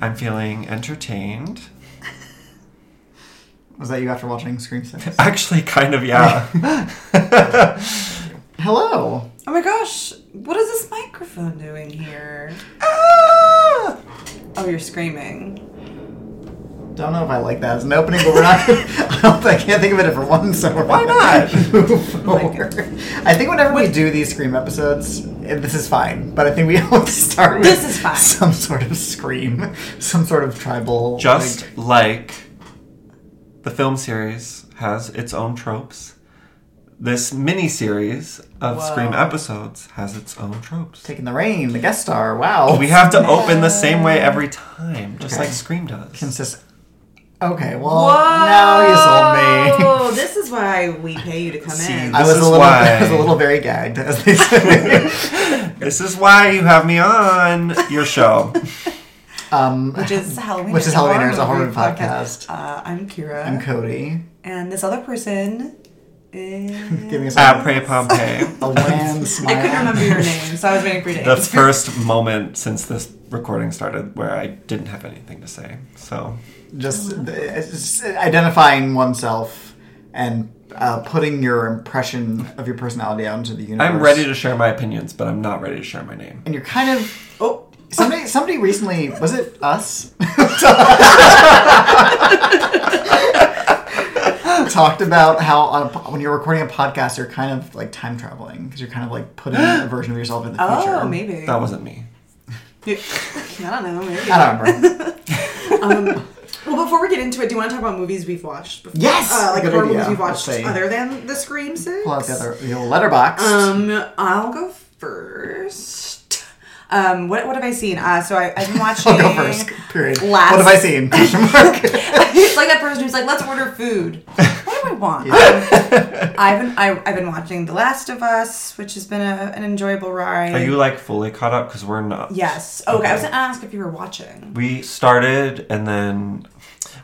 I'm feeling entertained. Was that you after watching Scream 6? Actually, kind of, yeah. Hello! Oh my gosh, what is this microphone doing here? Ah! Oh, you're screaming. Don't know if I like that as an opening, but we're not. I, don't, I can't think of a different one, so we're Why not? not? Oh Move my forward. I think whenever we do these Scream episodes, eh, this is fine, but I think we always start with This is fine. some sort of Scream, some sort of tribal. Just like- like the film series has its own tropes, this mini series of Wow. Scream episodes has its own tropes. taking the rain, the guest star, wow. We have to open the same way every time, just Okay. like Scream does. Consist. Okay, well, now you sold me. Oh, this is why we pay you to come See, in. I This was a is little, why- I was a little very gagged, as they say. this is why you have me on your show. um, Which is Halloween. Which is is Halloween is a horror podcast. Uh, I'm Kira, I'm Cody, and this other person is. giving us At Pre Pompeii. a lamb smile. Uh, I couldn't remember your name, so I was waiting for you to the answer. first moment since this recording started where I didn't have anything to say. So Just, it's just identifying oneself and uh, putting your impression of your personality out into the universe. I'm ready to share my opinions, but I'm not ready to share my name. And you're kind of. Oh, somebody, somebody recently was it us? Talked about how on a, po- when you're recording a podcast, you're kind of like time traveling because you're kind of like putting a version of yourself in the future. Oh, maybe. That wasn't me. You- I don't know. Maybe. I don't remember. Well, before we get into it, do you want to talk about movies we've watched? Before? Yes! Uh, like Good horror idea. movies we've Let's watched see. other than the Scream Six. Pull out the other the old letterbox. Um, I'll go first. Um, what what have I seen? Uh, so I, I've been watching. I'll go first. Period. last- What have I seen? Question mark. it's like that person who's like, let's order food. What do I want? Um, I've been I, I've been watching The Last of Us, which has been a, an enjoyable ride. Are you like fully caught up? Because we're not. Yes. Okay. I was gonna ask if you were watching. We started and then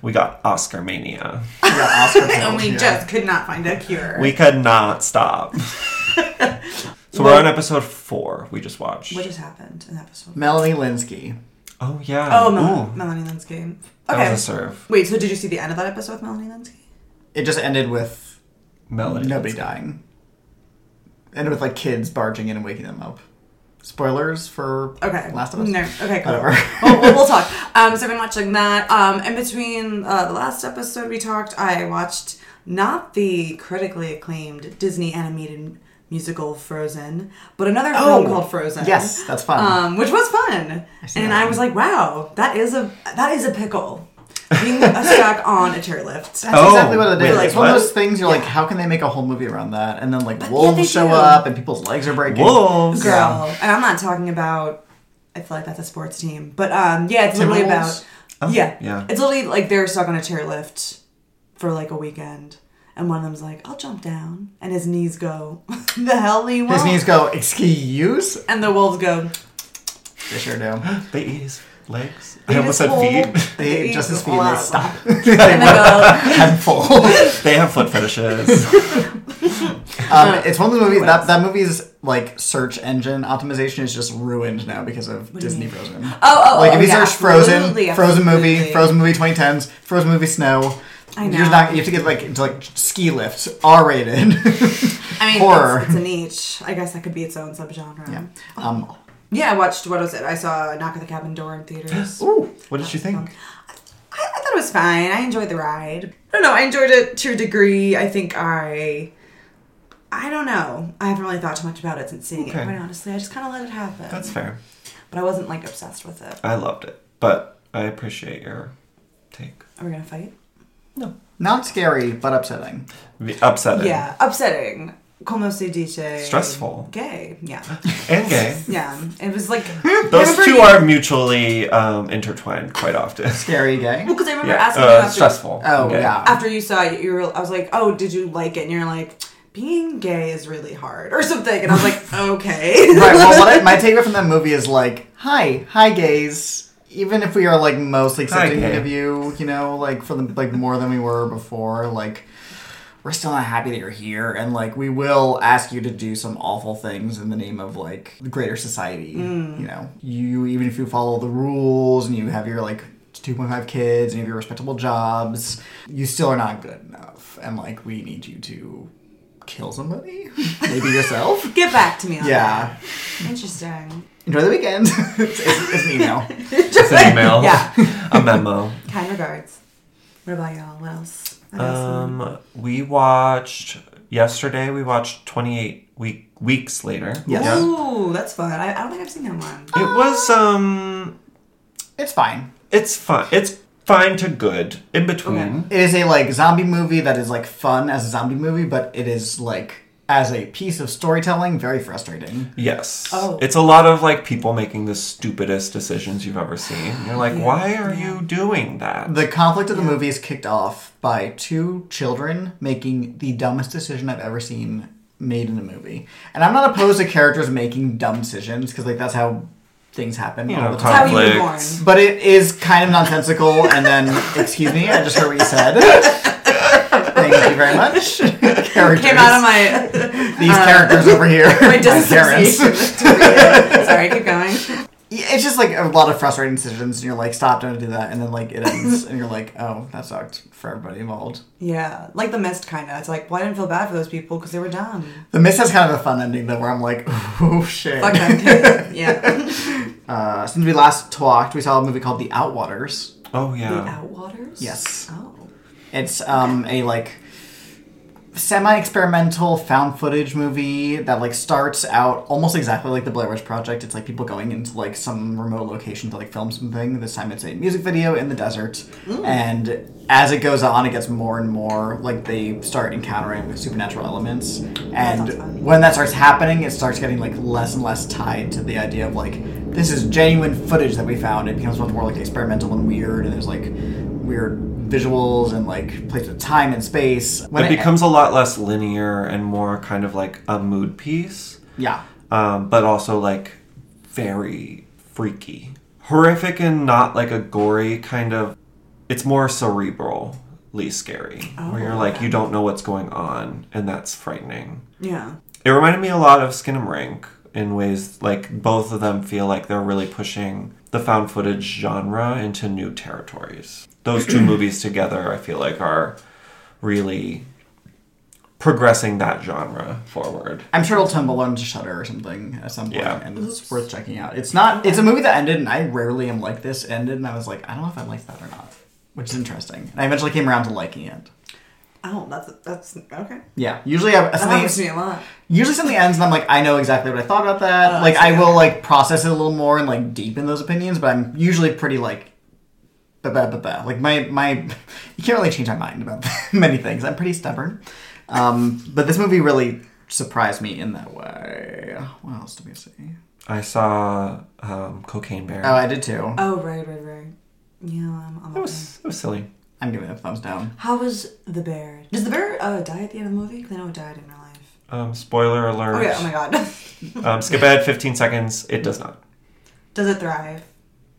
we got Oscar mania. We got Oscar And pills, we yeah. just could not find a cure. We could not stop. so we're on episode four. We just watched. what just happened in that episode? Melanie Linsky. Oh yeah. Oh, Ooh, Mel- Melanie Linsky. that Okay. was a serve. Wait. So did you see the end of that episode with Melanie Linsky? It just ended with Melody. nobody dying. Ended with like kids barging in and waking them up. Spoilers for Okay. Oh. Last of Us. No. Okay. Cool. Whatever. we'll, we'll, we'll talk. Um, so I've been watching that. Um, in between uh, the last episode we talked, I watched not the critically acclaimed Disney animated musical Frozen, but another film Oh, called Frozen. yes, that's fun. Um, which was fun, see and that I was like, wow, that is a that is a pickle. Being stuck on a chairlift. That's Oh, exactly what it wait, is. like, it's one what? of those things you're like, how can they make a whole movie around that? And then like But yeah, wolves they show do. up and people's legs are breaking. Wolves. girl. Yeah. And I'm not talking about. I feel like that's a sports team, but um, yeah, it's literally Timberwolves? Oh, about. yeah, yeah. It's literally like they're stuck on a chairlift for like a weekend, and one of them's like, "I'll jump down," and his knees go, "The hell he won't." His knees go, excuse? and the wolves go. They sure do. They eat his legs. "They I almost just said hold- feet. They ate eat just his a feet and lot they of stop. them." and they go. I'm full. they have foot fetishes. Oh. Um, it's one of the movies that that movie's like search engine optimization is just ruined now because of do you Disney mean? Frozen. Oh, oh, like oh, if you yeah, search Frozen, absolutely, Frozen movie, absolutely. Frozen movie 2010s, Frozen movie Snow. I You're know. not, you have to get like into like ski lifts, R rated. I mean, Horror. It's, it's a niche. I guess that could be its own subgenre. Yeah. um, I watched. What was it? I saw Knock at the Cabin Door in theaters. Ooh, what did you think? I, I thought it was fine. I enjoyed the ride. I don't know. I enjoyed it to a degree. I think I. I don't know. I haven't really thought too much about it since seeing Okay. it. Quite honestly, I just kind of let it happen. That's fair. but I wasn't like obsessed with it. I loved it, but I appreciate your take. Are we gonna fight? not scary but upsetting. The upsetting. Yeah, upsetting. Como se dice? Stressful. Gay. Yeah. And gay. Yeah. It was like Those remember two you- are mutually um, intertwined quite often. Scary gay. Well, because I remember Yeah. asking you Uh, after, stressful. Oh Okay. yeah. after you saw it. You were, I was like, "Oh, did you like it?" And you're like, "Being gay is really hard," or something. And I was like, "Okay." right. Well, what I, my takeaway from that movie is like, hi, hi, gays. Even if we are like mostly Hi, accepting gay. of you, you know, like for the like more than we were before, like we're still not happy that you're here, and like we will ask you to do some awful things in the name of like the greater society. You know, you even if you follow the rules and you have your like 2.5 kids and you have your respectable jobs, you still are not good enough, and like we need you to kill somebody, maybe yourself. Get back to me on Yeah. that. Interesting. Enjoy the weekend. it's, it's, it's an email. It's an email. Yeah. a memo. Kind regards. What about y'all? What else? What else? Um, we watched yesterday. We watched Twenty Eight Week Weeks Later. Yes. Yeah. Ooh, that's fun. I, I don't think I've seen that one. It was um, It's fine. it's fun. It's fine to good in between. Okay. It is a like zombie movie that is like fun as a zombie movie, but it is like as a piece of storytelling, very frustrating. Yes. Oh. It's a lot of like people making the stupidest decisions you've ever seen. And you're like, why are you doing that? The conflict of the movie is kicked off by two children making the dumbest decision I've ever seen made in a movie. And I'm not opposed to characters making dumb decisions because like that's how things happen you all know, the how time. you were born. conflicts. But it is kind of nonsensical. and then, excuse me, I just heard what you said. Thank you very much. Characters. Came out of my uh, these characters over here. my Karens. disassociation. Sorry, keep going. Yeah, It's just like a lot of frustrating decisions, and you're like, stop, don't do that, and then like it ends, and you're like, oh, that sucked for everybody involved. Yeah, like the mist, kind of. It's like, well, I didn't feel bad for those people because they were dumb. The Mist has kind of a fun ending though, where I'm like, oh shit. Fuck them kids. Yeah. Uh, since we last talked, we saw a movie called The Outwaters. Oh The yeah. Outwaters? Yes. Oh. It's um a like semi-experimental found footage movie that like starts out almost exactly like the Blair Witch Project. It's like people going into like some remote location to like film something. This time it's a music video in the desert, Mm. and as it goes on, it gets more and more like they start encountering supernatural elements. sounds And fun. when that starts happening, it starts getting like less and less tied to the idea of like this is genuine footage that we found. It becomes much more like experimental and weird, and there's like weird visuals and like plays with time and space. When It becomes a lot less linear and more kind of like a mood piece, yeah, um, but also like very freaky, horrific, and not like a gory kind of. It's more cerebrally scary, where you're Oh. like you don't know what's going on, and that's frightening. Yeah. It reminded me a lot of Skin and Rank in ways like both of them feel like they're really pushing the found footage genre into new territories. Those two movies together, I feel like, are really progressing that genre forward. I'm sure it'll tumble onto Shutter or something at some point, Yeah. and it's worth checking out. It's not. It's a movie that ended, and I rarely am like this. Ended, and I was like, I don't know if I like that or not, which is interesting. And I eventually came around to liking it. Oh, that's that's okay. Yeah, usually I, That something, happens to me a lot. usually something ends and I'm like, I know exactly what I thought about that. Oh, like that's I good. will like process it a little more and like deepen those opinions, but I'm usually pretty like ba ba ba ba. Like my my you can't really change my mind about many things. I'm pretty stubborn. Um, but this movie really surprised me in that way. What else did we see? I saw um, Cocaine Bear. Oh, I did too. Oh, right, right, right. Yeah, I'm, I'm it okay. was it was silly. I'm giving it a thumbs down. How was the bear? Does the bear uh, die at the end of the movie? 'Cause I know it died in real life. Um, spoiler alert. Oh, yeah. Oh, my God. um, skip ahead 15 seconds. It does not. Does it thrive?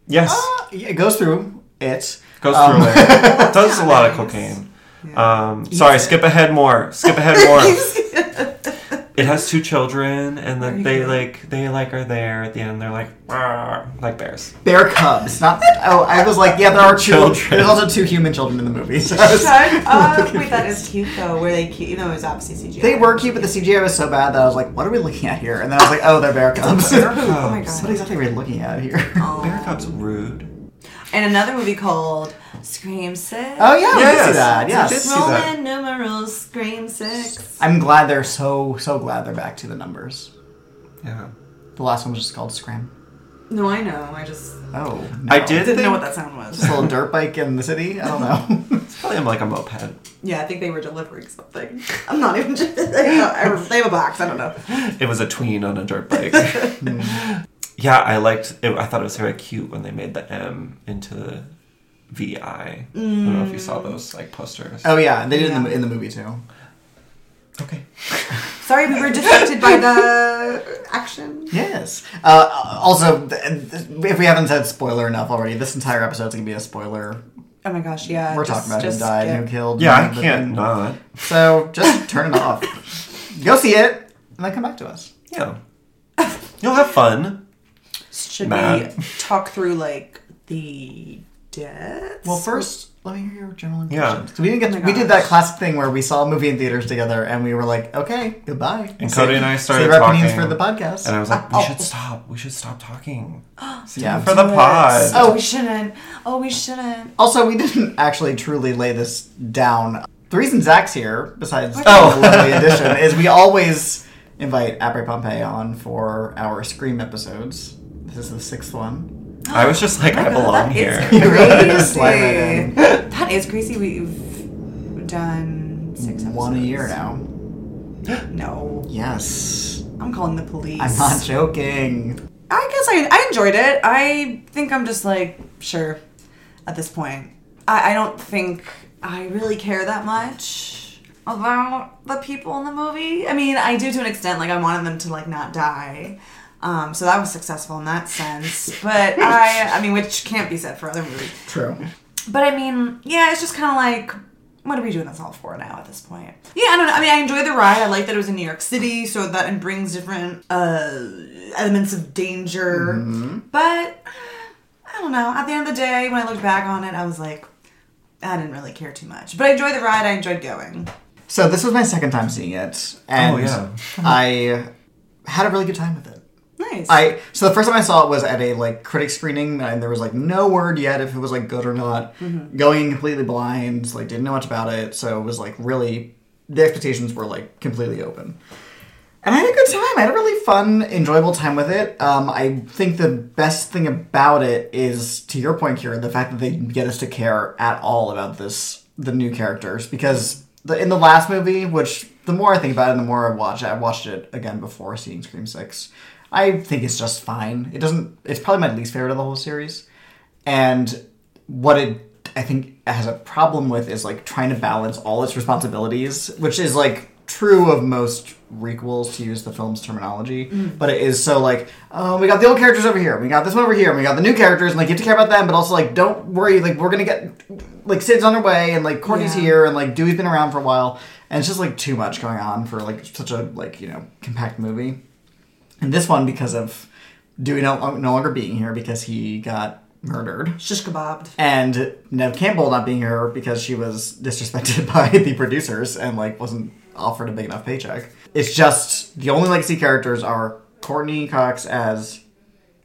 Yes, Oh, Uh, yeah, it goes through it. goes um, through it. Does a lot of Nice. cocaine. Yeah. Um, sorry, it. skip ahead more. Skip ahead more. it has two children and then they cute. like they like are there at the end they're like "Rawr," like bears Bear cubs, not. Oh, I was like, yeah, there are two. Children. There's also two human children in the movie. So I was- Shut up. Uh, Wait, that is cute, though. Were they cute? You know, it was obviously CGI. They were cute, but the CGI was so bad that I was like, "What are we looking at here?" And then I was like, "Oh, they're bear cubs." what Oh, my God. exactly are we looking at here? Um, bear cubs rude And another movie called Scream Six. Oh yeah, we did Yes, see that. we did Yes, see- that. Roman numerals Scream Six. I'm glad they're so so glad they're back to the numbers. yeah The last one was just called Scram. No, I know. I just Oh, no. i did didn't think, know what that sound was. This little dirt bike in the city. I don't know. probably i'm like a moped Yeah, I think they were delivering something. I'm not even. Just, I, I, they have a box. I don't know. it was a tween on a dirt bike yeah i liked it i thought it was very cute when they made the m into vi i don't know if you Mm. saw those like posters oh yeah, they did In, the, Yeah. in the movie too. okay Sorry, we were distracted by the action. Yes. Uh, also, th- th- if we haven't said spoiler enough already, this entire episode's gonna be a spoiler Oh my gosh, yeah. We're just- talking about who just died, skip. who killed. Yeah, and I everything. can't not. So just turn it off. Go see it, and then come back to us. Yeah. You'll have fun. Should Matt. we talk through like the deaths? Well, first, let me hear your general Yeah. impressions. So we didn't get. Oh my we did that gosh. classic thing where we saw a movie in theaters together, and we were like, "Okay, goodbye." And Cody and I started save our opinions talking. for the podcast. And I was like, we Oh. should stop. We should stop talking. yeah. For the pod. Oh, we shouldn't. Oh, we shouldn't. also, we didn't actually truly lay this down. The reason Zach's here, besides Oh. the lovely addition, is we always invite Apre Pompeii on for our Scream episodes. This is the sixth one. I was just like, I belong Oh That is here. You really just crazy. slide right in. that is crazy. We've done six episodes. One a year now. No, Yes. I'm calling the police. I'm not joking. I guess I, I enjoyed it. I think I'm just like, sure, at this point. I, I don't think I really care that much about the people in the movie. I mean, I do to an extent. Like, I wanted them to, like, not die. Um, so that was successful in that sense. But I, I mean, which can't be said for other movies. True. But I mean, yeah, it's just kind of like, what are we doing this all for now at this point? Yeah, I don't know. I mean, I enjoyed the ride. I like that it was in New York City, so that it brings different uh, elements of danger. Mm-hmm. But uh, I don't know. At the end of the day, when I looked back on it, I was like, I didn't really care too much. But I enjoyed the ride. I enjoyed going. So this was my second time seeing it, and Oh, yeah. I had a really good time with it. Nice. I so the first time I saw it was at a like critic screening, and there was like no word yet if it was like good or not. Going in completely blind, like didn't know much about it, so it was like really the expectations were like completely open. And I had a good time. I had a really fun, enjoyable time with it. Um, I think the best thing about it is, to your point, Kira, the fact that they didn't get us to care at all about this, the new characters, because the, in the last movie, which the more I think about it, the more I watch it, I watched it again before seeing Scream Six. I think it's just fine. It doesn't. It's probably my least favorite of the whole series. And what it I think has a problem with is like trying to balance all its responsibilities, which is like true of most requels to use the film's terminology. But it is so like, oh, we got the old characters over here, we got this one over here, and we got the new characters, and like you have to care about them, but also like don't worry, like we're gonna get like Sid's on her way, and like Courtney's Yeah. here, and like Dewey's been around for a while, and it's just like too much going on for like such a like you know compact movie. And this one because of Dewey no, no longer being here because he got murdered Shish kebabbed. and Nev Campbell not being here because she was disrespected by the producers and like wasn't offered a big enough paycheck. It's just the only legacy characters are Courtney Cox as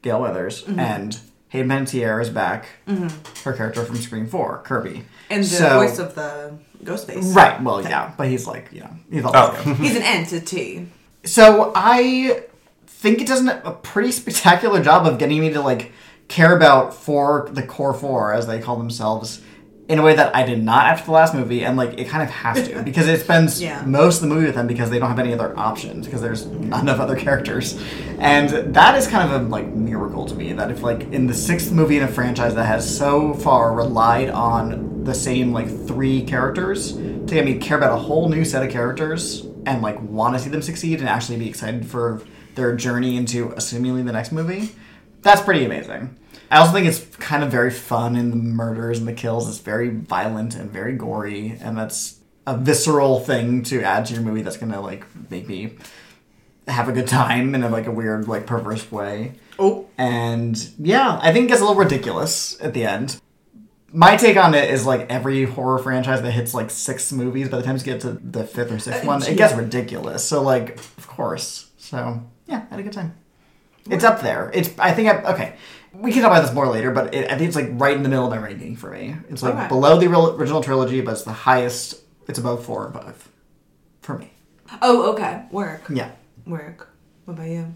Gail Weathers Mm-hmm. and Hayden Panettiere is back, her character from Scream Four, Kirby, And the So- voice of the ghost face. right. Well, yeah, but he's like you know he's all Oh. He's an entity. So I think it does an- a pretty spectacular job of getting me to like care about four the core four as they call themselves in a way that I did not after the last movie and like it kind of has to because it spends Yeah. most of the movie with them because they don't have any other options because there's not enough other characters and that is kind of a like miracle to me that if like in the sixth movie in a franchise that has so far relied on the same like three characters to get me to care about a whole new set of characters and like want to see them succeed and actually be excited for their journey into assumingly the next movie that's pretty amazing I also think it's kind of very fun in the murders and the kills. It's very violent and very gory, and that's a visceral thing to add to your movie that's gonna like make me have a good time in a, like a weird, like perverse way. Oh. And yeah, I think it gets a little ridiculous at the end. My take on it is like every horror franchise that hits like six movies, by the time you get to the fifth or sixth one, it gets ridiculous. So like, of course. So yeah, had a good time. It's up there. It's I think I okay. We can talk about this more later, but it, I think it's like right in the middle of my ranking for me. It's like Okay. below the real, original trilogy, but it's the highest. It's above four above for me. Oh, okay. Work. Yeah. Work. What about you?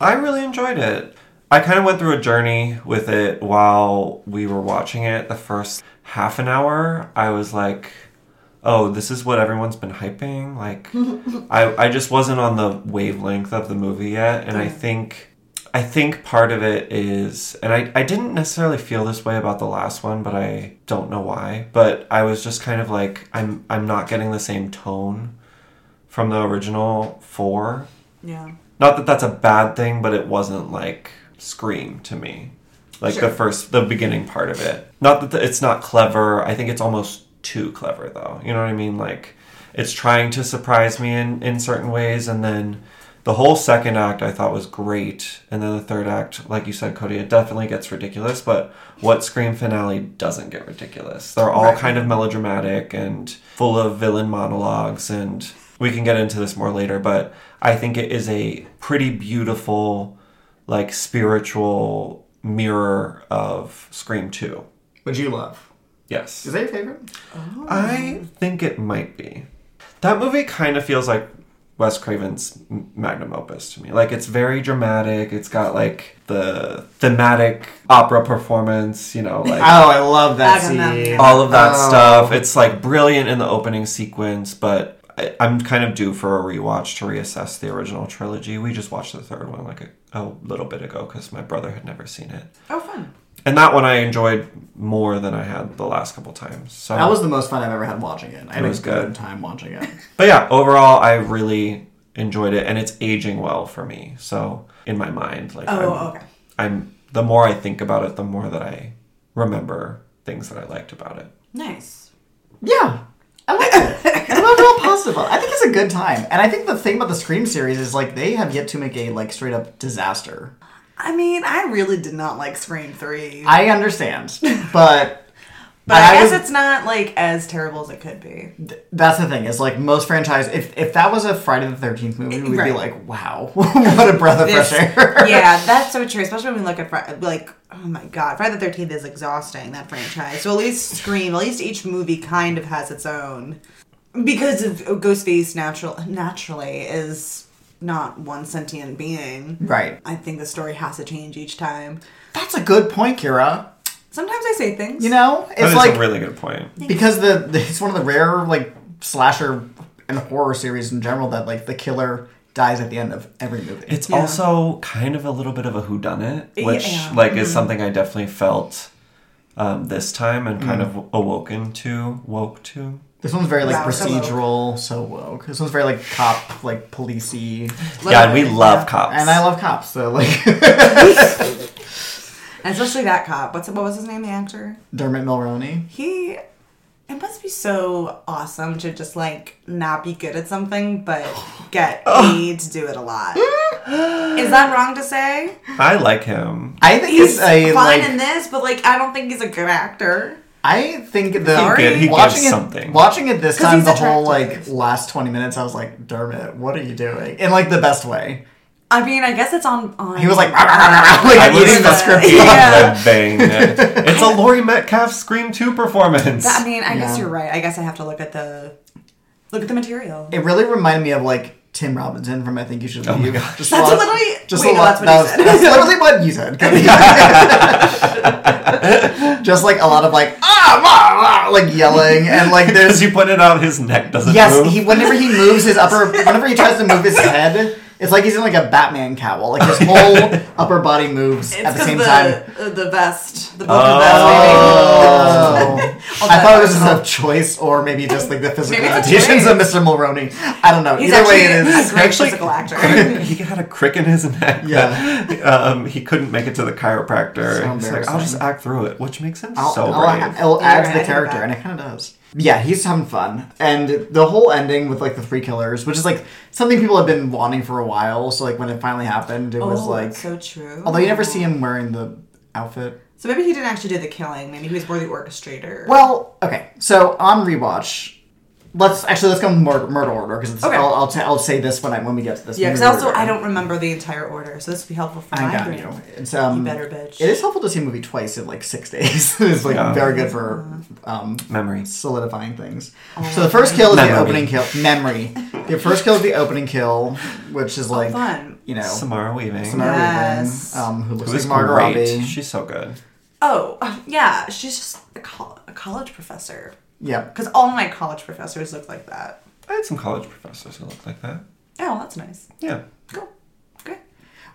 I really enjoyed it. I kind of went through a journey with it while we were watching it. The first half an hour, I was like, "Oh, this is what everyone's been hyping." Like, I I just wasn't on the wavelength of the movie yet, and I think I think part of it is, and I I didn't necessarily feel this way about the last one, but I don't know why. But I was just kind of like, I'm I'm not getting the same tone from the original four Yeah. not that that's a bad thing, but it wasn't like Scream to me. like Sure. the first, the beginning part of it. Not that the, it's not clever. I think it's almost too clever, though. You know what I mean? Like, it's trying to surprise me in in certain ways, and then the whole second act I thought was great, and then the third act, like you said, Cody, it definitely gets ridiculous. But what Scream finale doesn't get ridiculous? They're all Right. kind of melodramatic and full of villain monologues and. We can get into this more later, but I think it is a pretty beautiful like spiritual mirror of Scream 2. Would you love? Yes. Is that your favorite? I think it might be. That movie kind of feels like Wes Craven's m- magnum opus to me. Like it's very dramatic. It's got like the thematic opera performance, you know, Oh, like I love that Agamemnon. scene. all of that Oh. stuff. It's like brilliant in the opening sequence, but I, I'm kind of due for a rewatch to reassess the original trilogy. We just watched the third one like a, a little bit ago because my brother had never seen it. Oh, fun. And that one I enjoyed more than I had the last couple times. So, That was the most fun I've ever had watching it. I had It was a good, good. time watching it. but yeah, overall I really enjoyed it, and it's aging well for me. So in my mind, like, Oh, I'm, okay. I'm the more I think about it, the more that I remember things that I liked about it. Nice. yeah. I like it. I'm overall positive. about it. I think it's a good time. And I think the thing about the Scream series is like they have yet to make a like straight up disaster. I mean, I really did not like Scream 3. I understand. But but I, guess would- it's not like as terrible as it could be. that's the thing, is like most franchise if if that was a Friday the thirteenth movie, we'd be Right. like, Wow, what a breath of This- fresh air. yeah, that's so true. Especially when we look at Fri- like, oh my god, Friday the Thirteenth is exhausting. That franchise. So at least Scream, at least each movie kind of has its own. Because of Ghostface, natural naturally is not one sentient being. Right. I think the story has to change each time. That's a good point, Kira. Sometimes I say things. You know? It's That is like a really good point. because the, the it's one of the rare like slasher and horror series in general that like the killer dies at the end of every movie. It's also kind of a little bit of a whodunit, Yeah. which like Mm-hmm. is something I definitely felt um, this time and Mm. kind of awoken to, woke to. this one's very like Yeah, so procedural, so woke. This one's very like cop, like policey, yeah, and we love Yeah. cops. and I love cops. So like And especially that cop. What's what was his name? The actor. Dermot Mulroney. He. It must be so awesome to just like not be good at something, but get paid to do it a lot. Is that wrong to say? I like him. I think He's it's a fine like. in this, but like I don't think he's a good actor. I think the He gi- he watching gives it something. watching it this 'Cause time he's the whole attractive. like last twenty minutes I was like Dermot, what are you doing? In like the best way. I mean, I guess it's on. on He was like, "Rah, rah, rah, rah, rah," like I was eating the the- script. Yeah. Living. It's a Laurie Metcalf Scream 2 performance. I mean, I guess Yeah. you're right. I guess I have to look at the look at the material. It really reminded me of like Tim Robinson from I Think You Should Leave. Oh my gosh. Just That's a lot- literally- just wait, a no, lot. that's what that he was, said. that's literally what you said. Cody. just like a lot of like ah, wah, wah, like yelling and like As there's you pointed out, his neck doesn't yes. move. He whenever he moves his upper, whenever he tries to move his head, it's like he's in like a Batman cowl. Like his whole upper body moves It's at the because same the time. uh, the vest, the book Oh. of vest, maybe. Oh. I thought it was just a choice, or maybe just like the physical Maybe it's a limitations of Mr. Mulroney. I don't know. He's Either way, it actually is. a great Actually- physical actor. he had a crick in his neck. Yeah. that, um, he couldn't make it to the chiropractor. So He's like, I'll just embarrassing. act through it, which makes him I'll, so I'll- brave. I'll add to right, the I think character, that- and it kind of does. Yeah, he's having fun, and the whole ending with like the three killers, which is like something people have been wanting for a while. So like when it finally happened, it was Oh, like, so true. although you never see him wearing the outfit. So maybe he didn't actually do the killing. Maybe he was more the orchestrator. Well, okay. So on rewatch, let's actually let's go murder, murder order because Okay. I'll I'll, t- I'll say this when I when we get to this. yeah, because murder also order. I don't remember the entire order, so this would be helpful for I my got brain. you. It's, um, You better bitch. It is helpful to see a movie twice in like six days. it's like Yeah. very good for Uh-huh. um, Memories. solidifying things. so the first kill is Memory. the opening kill. Memory. The first kill is the opening kill, which is like fun. you know Samara, Samara Weaving. Weaving, Yes. um, who who looks is like Margot great. Robbie. She's so good. Oh yeah, she's just a, col- a college professor. Yep. Because all my college professors look like that. I had some college professors who looked like that. Oh, well, that's nice. Yeah. Cool. Okay.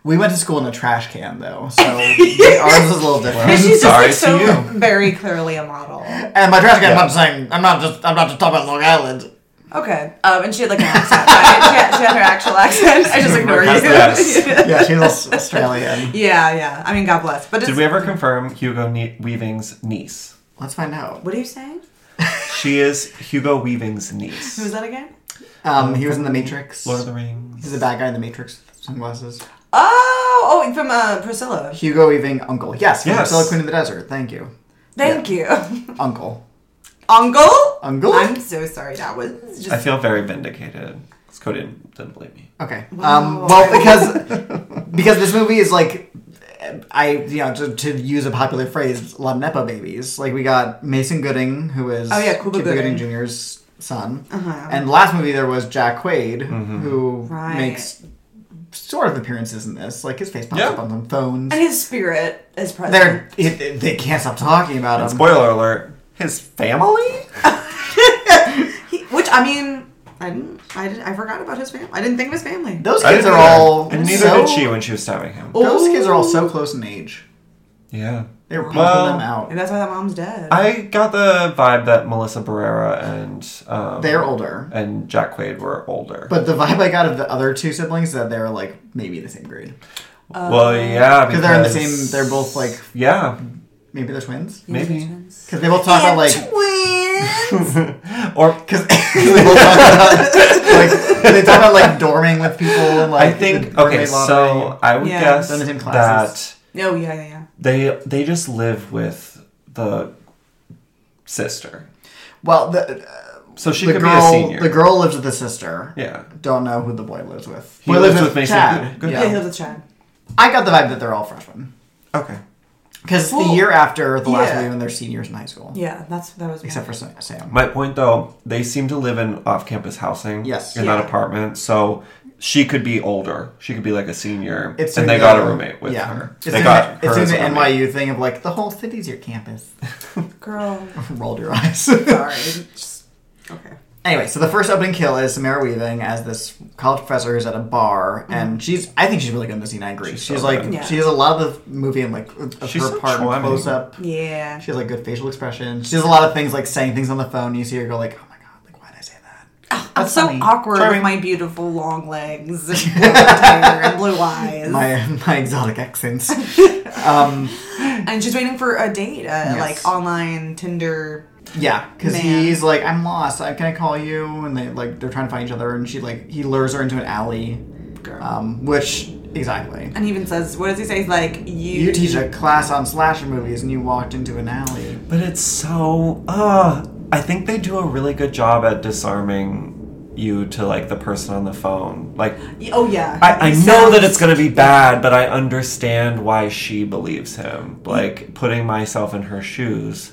We went to school in a trash can though, so ours is a little And different. she's sorry just to like so you. very clearly a model. And by trash can, I'm not saying I'm not just I'm not just talking about Long Island. Okay. Um, and she had like an accent. right? she, had, she had her actual accent. I just ignored you. Yes. yeah, she's Aus- Australian. yeah, yeah. I mean, God bless. But it's, Did we ever confirm Hugo ne- Weaving's niece? Let's find out. What are you saying? She is Hugo Weaving's Who was niece. that again? Um, he was in The Matrix. Lord of the Rings. He's the bad guy in The Matrix. Sunglasses. Oh, oh, from uh, Priscilla. Hugo Weaving Uncle. Yes, from Yes. Priscilla Queen of the Desert. Thank you. Thank you, Uncle. Uncle. Uncle? I'm so sorry. That was I just. feel very vindicated. Scott didn't, didn't believe me. Okay. Wow. Um, well, because because this movie is like, I you know to, to use a popular phrase, a lot of nepo babies. Like we got Mason Gooding, who is Oh, yeah, Cuba Gooding. Jr.'s son, Uh-huh. and last movie there was Jack Quaid, Mm-hmm. who Right. makes sort of appearances in this. Like his face pops Yeah. up on some phones. And his spirit is present. They're it, they can't stop talking about him. Spoiler alert: his family. He- which I mean, I didn't. I did. I forgot about his family. I didn't think of his family. Those I kids didn't are either. all And neither so, Oh. did she when she was stabbing him. Those kids are all Oh. so close in age. Yeah. They were pumping Well, them And out. that's why that mom's dead. I got the vibe that Melissa Barrera and um, They're older. and Jack Quaid were older. But the vibe I got of the other two siblings is that they're like maybe the same grade. well, yeah, Because uh, they're in the because- same, they're both like, Yeah, maybe they're twins? maybe. Because they both talk about like, twins. Or because they both talk about, like, they talk about like dorming with people and I like, think the okay, roommate so lottery. I would Yeah. guess They're in the same that classes. No, Oh, yeah, yeah, yeah. they they just live with the sister, Well, the, uh, so she the could be a girl, senior. the girl lives with the sister. yeah, Don't know who the boy lives with. He boy lives with Mason Chad. Good- good Yeah. They live with Chad. I got the vibe that they're all freshmen. okay. Because it's Well, the year after the last yeah. movie when they're seniors in high school. Yeah, that's that was. Except for Sa- Sam. My point though, they seem to live in off-campus housing. Yes. in Yeah. that apartment, so she could be older. She could be like a senior, It's and in they the- got a roommate with her. It's They in got the, her it's as in the a roommate. NYU thing of like the whole city's your campus. girl. Rolled your eyes. Sorry. Just, okay. anyway, so the first opening kill is Samara Weaving as this college professor who's at a bar, and she's I think she's really good in this scene. I agree. She's, so like good. Yeah. she has a lot of the movie and like of She's her so part charming. close up. Yeah. She has like good facial expression. She does a lot of things like saying things on the phone. You see her go like, oh my god, like why did I say that? I'm That's so funny. awkward with Charming. my beautiful long legs and blonde hair and blue eyes. My my exotic accents. and she's waiting for a date, uh, Yes. like online Tinder. Yeah, because Man. he's like, I'm lost. I, can I call you? And they like they're trying to find each other, and she like he lures her into an alley, Girl. um, which exactly. And he even says, what does he say? He's like, you. You teach a class on slasher movies, and you walked into an alley. But it's so. Uh, I think they do a really good job at disarming you to like the person on the phone. Like, Y- Oh, yeah. I, I He know that sounds- it's gonna be bad, but I understand why she believes him. Like, putting myself in her shoes,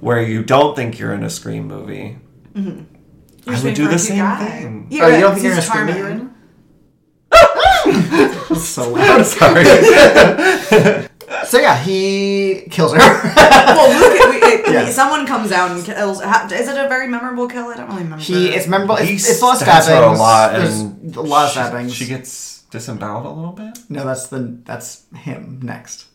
where you don't think you're in a scream movie. You're just I would waiting do the for a cute same guy. thing. Yeah, oh, you don't because think you're gonna he's scream at charming. you right now? so loud. Sorry. So yeah, he kills her. well, look at we, it, Yes. someone comes out and kills. ha- Is it a very memorable kill? I don't really remember. he it's memorable. he It's, it's a lot of stabs her stabbings. a lot, There's and a lot of she- stabbings. She gets disemboweled a little bit. no, that's the that's him next.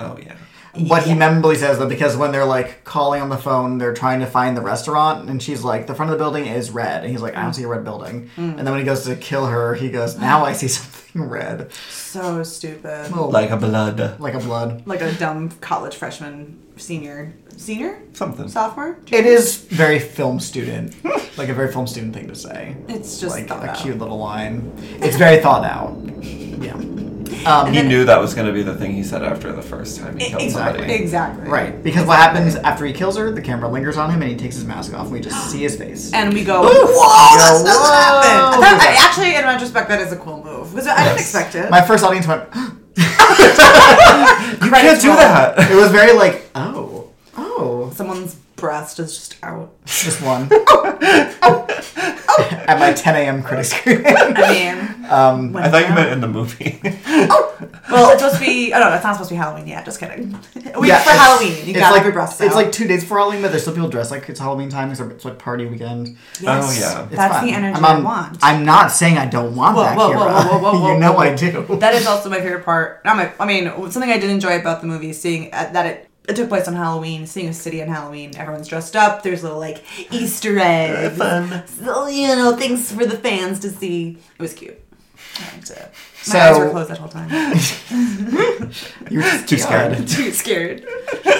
Oh yeah. what he memorably says though because when they're like calling on the phone they're trying to find the restaurant and she's like the front of the building is red and he's like i Mm. don't see a red building and then when he goes to kill her he goes now i see something red so stupid. Little- Like a blood. like a blood Like a dumb college freshman, senior, senior, Something. sophomore. it is very film student like a very film student thing to say It's just like thought a out. cute little line it's very thought out yeah Um, He knew that was going to be the thing he said after the first time he killed Exactly. somebody. Exactly. right because what happens after he kills her the camera lingers on him and he takes his mask off and we just see his face And we go, whoa, that's not what whoa. happened. That- I actually, in retrospect, that is a cool move because I didn't Yes. expect it. my first audience went You can't do that. it was very like oh oh Someone's breast is just out. Just one. At my 10 a.m. critic screening. I mean, Um, I thought you meant in the movie. well, it's supposed to be. Oh no, it's not supposed to be Halloween yet. Just kidding. We yeah, for it's- Halloween. You it's got like, every breast out. It's like two days before Halloween, but there's still people dressed like it's Halloween time because it's like party weekend. Oh, yeah. It's That's fun. the energy I'm, on- I want. I'm not saying I don't want Whoa, that, whoa, whoa, Kira. whoa, whoa, whoa, you know whoa. I do. That is also my favorite part. Not my, I mean, something I did enjoy about the movie is seeing uh, that it it took place on Halloween, seeing a city on Halloween. Everyone's dressed up. There's little like Easter eggs, Fun. so, you know, things for the fans to see. It was cute. And, uh, my So- eyes were closed that whole time. You're Too scared. Too scared.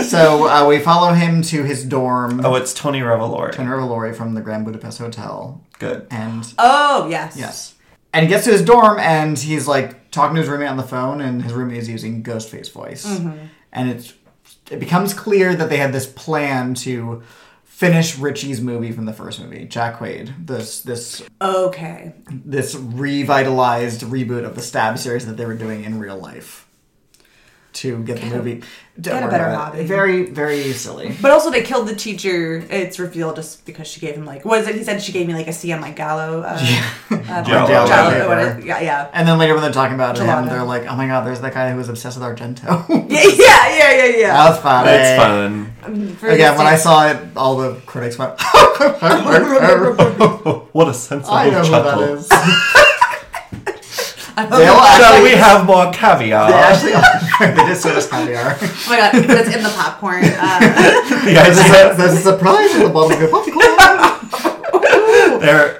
so uh, we follow him to his dorm. Oh, it's Tony Revolori. Turner Valori from the Grand Budapest Hotel, Good. and Oh yes. yes, and gets to his dorm, and he's like talking to his roommate on the phone, and his roommate is using Ghostface voice, Mm-hmm. and it's it becomes clear that they had this plan to finish Richie's movie from the first movie, Jack Quaid, this this Okay. this revitalized reboot of the Stab series that they were doing in real life to get, the movie. Don't get a worry better about it. hobby. Very very silly. But also, they killed the teacher. It's revealed just because she gave him like what is it? He said she gave me like a C on my Gallo. Uh, uh, Jello. Jello, Jello what paper. is- yeah, yeah. And then later when they're talking about him, Gelato. they're like, "Oh my god, there's that guy who was obsessed with Argento." Yeah, yeah, yeah, yeah, yeah. that was funny. It's fun. For Again, when I instance- saw it, all the critics went, What a sensible "I know who that chuckle. is." I They all Shall actually, we have more they caviar? actually all, they did service caviar. Oh my god, that's in the popcorn. Uh, The idea, There's a surprise in the bottom of your popcorn. they're-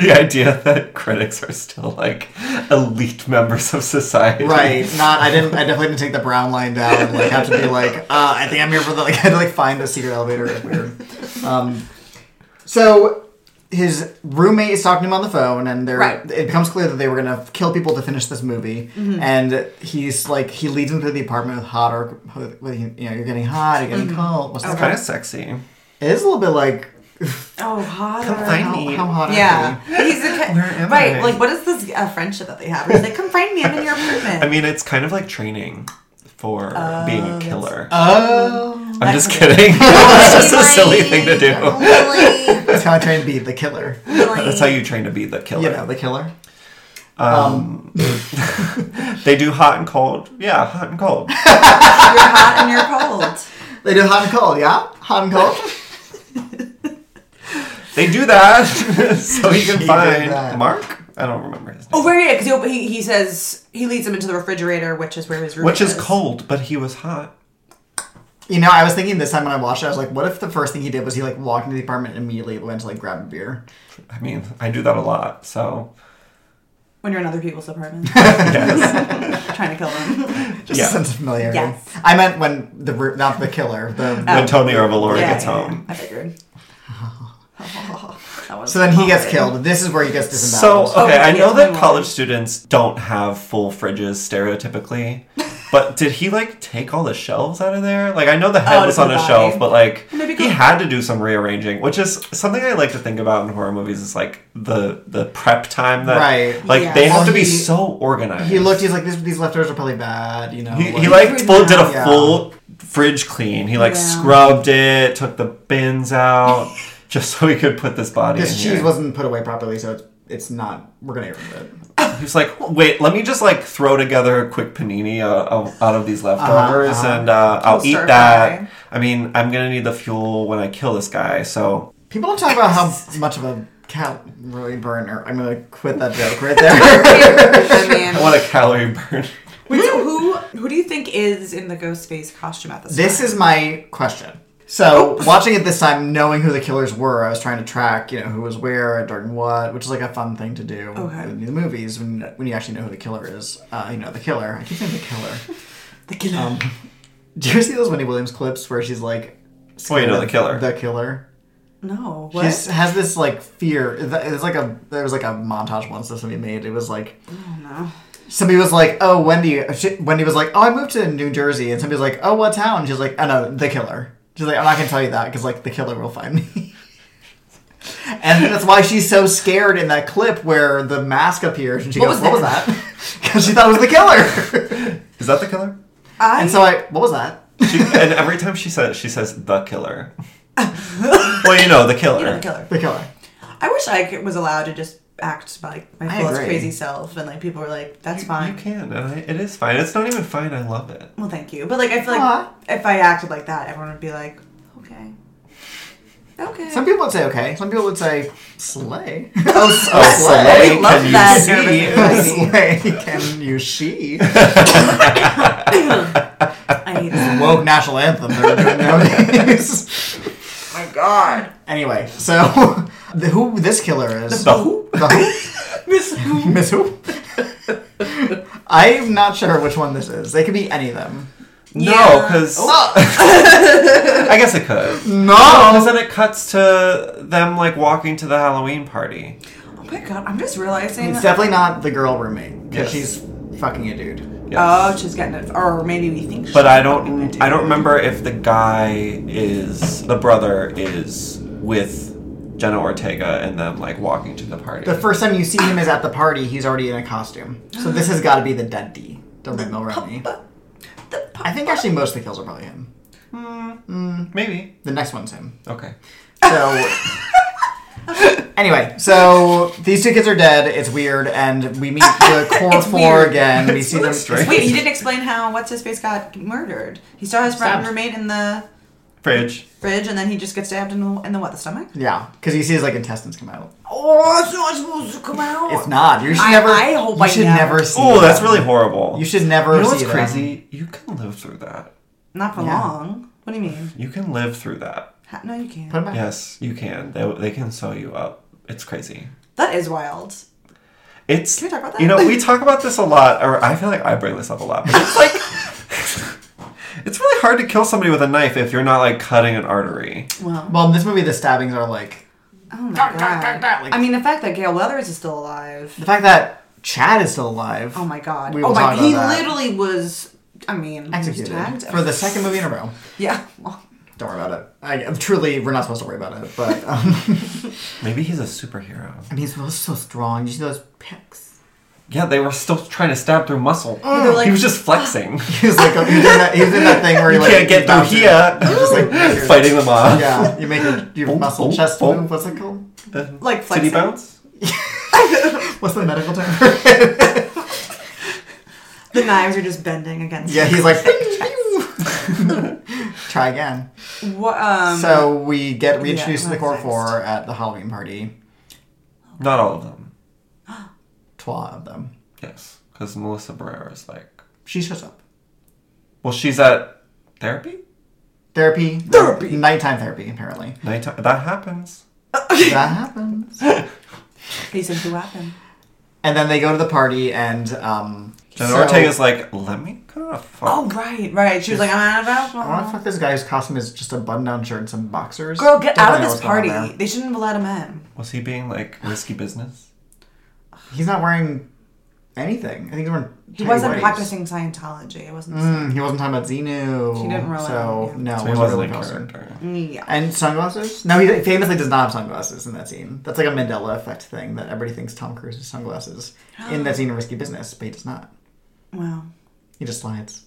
the idea that critics are still like elite members of society. Right, not. I didn't. I definitely didn't take the brown line down. And, like, have to be like, uh, I think I'm here for the. Like, I had to like find the secret elevator. It's weird. Um, so his roommate is talking to him on the phone, and they're. Right. It becomes clear that they were gonna kill people to finish this movie, and he's like, he leads him through the apartment with hot or, with, you know, you're getting hot, you're getting cold. What's It's that kind of sexy. It is a little bit like oh, hotter. find how, me. how hot Yeah, are they? he's the ki- Where am right. I? Like, what is this uh, friendship that they have? He's like, come find me. I'm in your apartment. I mean, it's kind of like training for being a killer. Oh, I'm just kidding. it's just a silly thing to do. do. that's how I train to be the killer. That's how you train to be the killer. You know, the killer. They do hot and cold. Yeah, hot and cold. You're hot and you're cold. They do hot and cold, yeah? Hot and cold? they do that so he can He did that. find Mark. I don't remember his name. Oh, right, yeah, because he, he says he leads him into the refrigerator, which is where his room Which is cold, but he was hot. You know, I was thinking this time when I watched it, I was like, what if the first thing he did was he like walked into the apartment and immediately went to like grab a beer? I mean, I do that a lot, so When you're in other people's apartment, yes. trying to kill them. Just Yeah. a sense of familiarity. Yes. I meant when the ru- not the killer, the Oh. when Tony Revolori gets home. I figured. That was So then he gets horrid. killed. This is where he gets So disemboweled. okay, Okay, I know Oh, yes, that we college will. students don't have full fridges stereotypically, but did he like take all the shelves out of there? Like I know the head Oh, to was put on a the body. shelf, but like Maybe he go- had to do some rearranging, which is something I like to think about in horror movies. Is like the the prep time that Right. like Yeah. they have Well, to be he- so organized. he looked, he's like, this, these leftovers are probably bad, you know. He, he like Every full, did a now. full fridge clean. He like Yeah. scrubbed it, took the bins out, just so he could put this body this in cheese here. wasn't put away properly, so it's, it's not, we're gonna get rid of it. He was like, wait, let me just like throw together a quick panini uh, of- out of these leftovers, Uh-huh, uh-huh. and uh, I'll Little eat stir that. fry. I mean, I'm gonna need the fuel when I kill this guy, so People don't talk about how much of a calorie burner. I'm gonna quit that joke right there. I I mean, want a calorie burn. wait, so who who do you think is in the Ghostface costume at this? This is my question. So, watching it this time, knowing who the killers were, I was trying to track, you know, who was where and during what, which is like a fun thing to do Okay. in the movies when, when you actually know who the killer is. Uh, you know, the killer. I keep saying the killer. the killer? um, do you ever see those Wendy Williams clips where she's like, Wait, no, the killer. The killer. no, She what? just has this like fear. It's like a there was like a montage once that somebody made. It was like oh, no. somebody was like, "Oh, Wendy." She, Wendy was like, "Oh, I moved to New Jersey," and somebody was like, "Oh, what town?" And she was like, "Oh no, the killer." She's like, "I'm not gonna tell you that because like the killer will find me." and that's why she's so scared in that clip where the mask appears, and she What goes, was "What that?" was that?" Because she thought it was the killer. Is that the killer? I and so I, what was that? She, and every time she says, she says the killer. well, you know, the killer. you know, the killer. The killer. I wish I could- was allowed to just act like my I fullest agree. crazy self, and like people were like, "That's fine." You can, and I, it is fine. It's not even fine. I love it. Well, thank you. But like, I feel like Aw. if I acted like that, everyone would be like, okay, okay. Some people would say okay. Some people would say slay. oh, slay. I love Can you that. see? nervous anxiety. slay. Can you she? I hate this. woke national anthem they're doing nowadays. my god. anyway, so the who this killer is The who? The who? Miss Miss Who? I'm not sure which one this is. They could be any of them. No, Yeah. because Oh. I guess it Mm. could. Because No. then it cuts to them like walking to the Halloween party. Oh my god, I'm just realizing. It's definitely not the girl roommate Yes. because she's fucking a dude. Yes. Oh, she's getting it. Or maybe we think she's But I fucking a dude. don't. I don't remember if the guy is the brother is with Jenna Ortega and them like walking to the party. The first time you see him is at the party. He's already in a costume. So this has got to be the dead D, the Red Mulroney. But the I think actually most of the kills are probably him. Maybe. The next one's him. Okay. So. Anyway, so these two kids are dead. It's weird, and we meet the core It's four weird. again. We It's see really them. strange. Wait, you didn't explain how what's his face got murdered. He saw his friend Stabbed. roommate in the Fridge. fridge, and then he just gets stabbed in the in the what the stomach. Yeah, because you see his like intestines come out. Oh, it's not supposed to come out. It's not. You should Oh, I- never. I hope you I should never- never see. Oh, that's them. really horrible. You should never. You know what's see them. crazy? You can live through that. not for Yeah. long. What do you mean? You can live through that. Ha- No, you can't. Put 'em back. Yes, you can. They, they can sew you up. It's crazy. That is wild. It's Can we talk about that? you know we talk about this a lot, or I feel like I bring this up a lot. But it's like it's really hard to kill somebody with a knife if you're not like cutting an artery. Well, Well, in this movie, the stabbings are like oh my Dun, dun, God. dun, dun, like- I mean, the fact that Gail Weathers is still alive. the fact that Chad is still alive. Oh my God. We will oh my. talk about He that. literally was. I mean, he was Executed tagged. for the second movie in a row. yeah. Well, Don't worry about it. I truly, we're not supposed to worry about it. But um, Maybe he's a superhero. I mean, he's so, so strong. You see those pecs? Yeah, they were still trying to stab through muscle. they were like- "Ah." he was just flexing. He was like, he was in that, he was in that thing where he you like can't get bounces. through here. Just like Fighting them off. Yeah, you make your, your Boom, muscle boom, chest boom. move. What's it called? Like city flexing. bounce. What's the medical term? for it? the knives are just bending against. yeah, he's like. Try again. What, um, So we get reintroduced to the that's core next. four at the Halloween party. Not all of them. Twa of them. Yes, because Melissa Barrera is like, She shows up. well, she's at therapy. Therapy. Therapy. Nighttime therapy, apparently. Nighttime. That happens. that happens. he said, "Who happened?" And then they go to the party and um Jenna so- Ortega's like, let me go to fuck. Oh right, right. She was like, "I'm out of I wanna fuck this guy whose costume is just a button down shirt and some boxers. Girl, get Don't out of know this what's going on party. there. They shouldn't have allowed him in. Was he being like risky business? He's not wearing anything. I think he's wearing He tidy wasn't whities. practicing Scientology. It wasn't. Mm, he wasn't talking about Xenu. He didn't really, So yeah. no, So it he wasn't wasn't really a costume. character. Yeah. And sunglasses? No, he famously does not have sunglasses in that scene. That's like a Mandela effect thing that everybody thinks Tom Cruise has sunglasses in that scene in Risky Business, but he does not. Wow. He just slides.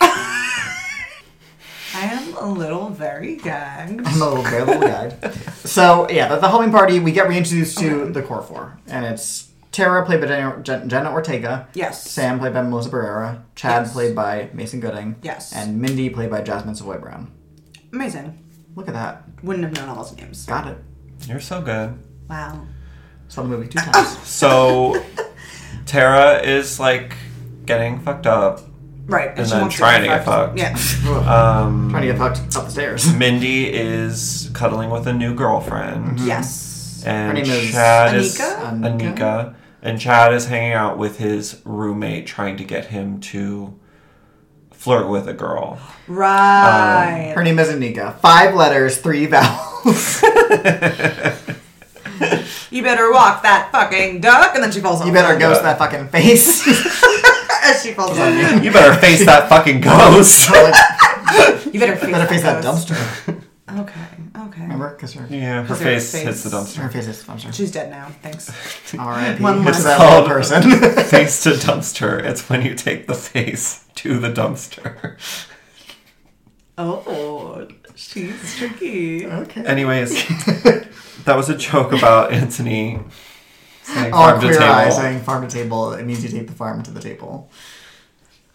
I am a little very gagged. I'm a little very little guide. So yeah, at the Halloween party, we get reintroduced to the core four, and it's Tara played by Jenna, Jen- Jenna Ortega. Yes. Sam played by Melissa Barrera. Chad played by Mason Gooding. Yes. And Mindy played by Jasmine Savoy Brown. Amazing. Look at that. Wouldn't have known all those names. Got it. You're so good. Wow. Saw the movie two times. So Tara is like getting fucked up. Right. And she then wants trying to get Mm. Yeah. Um, Trying to get fucked up the stairs. Mindy is cuddling with a new girlfriend. Mm-hmm. yes. And Her name is Chad is Anika? Anika. And Chad is hanging out with his roommate trying to get him to flirt with a girl. Right. Her name is Anika. Five letters, three vowels. you better walk that fucking duck, and then she falls off. you better ghost that fucking face. As she falls off. You better face that fucking ghost. You better face better face that ghost. dumpster. Okay. Okay. Remember? Because her, yeah, her Is there a face, hits the face? dumpster. her face is a dumpster. She's dead now. Thanks. All right. One One last- less that little person. face to dumpster. It's when you take the face to the dumpster. Oh, she's tricky. okay. Anyways, that was a joke about Anthony saying Oh, farm to queer eye table. saying farm to table. It means you take the farm to the table.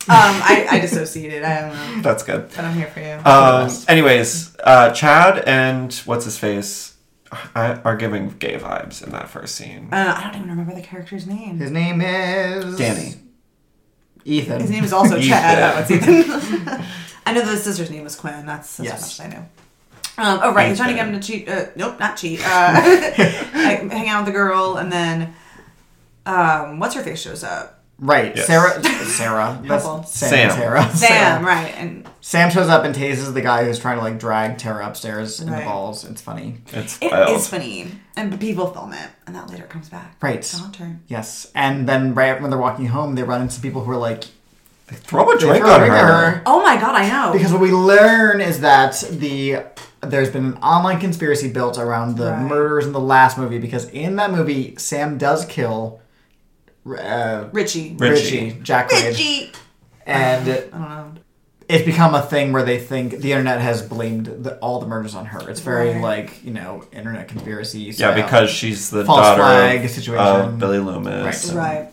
Um, I, I dissociated. I don't know, That's good. but I'm here for you. Uh, Um, anyways, uh, Chad and what's his face I- are giving gay vibes in that first scene. Uh, I don't even remember the character's name. His name is Danny. Ethan. His name is also Ethan. Chad. Oh, it's Ethan. I know the sister's name was Quinn. That's, that's Yes. how much I know. Um, oh right, he's trying to get him to cheat. Uh, nope, not cheat. Uh, I- hang out with the girl, and then um, what's her face shows up. Right, Yes. Sarah. Sarah. That's Couple. Sam. Sam. and Sarah. Sam, Sarah. right? And Sam shows up and tases the guy who's trying to like drag Tara upstairs in Right. the balls. It's funny. It's it is wild. funny, and people film it, and that later comes back. Right. It's on turn. Yes, and then right when they're walking home, they run into people who are like, Throw a they drink throw a on drink at her. Oh my god, I know. Because what we learn is that the there's been an online conspiracy built around the Right. murders in the last movie. Because in that movie, Sam does kill uh, Richie. Richie. Richie. Jack Wade, Richie. and I don't know. it's become a thing where they think the internet has blamed the, all the murders on her. It's very Right. like you know internet conspiracy. Yeah, psyop. because she's the False daughter flag of, situation. of Billy Loomis. Right. and- Right.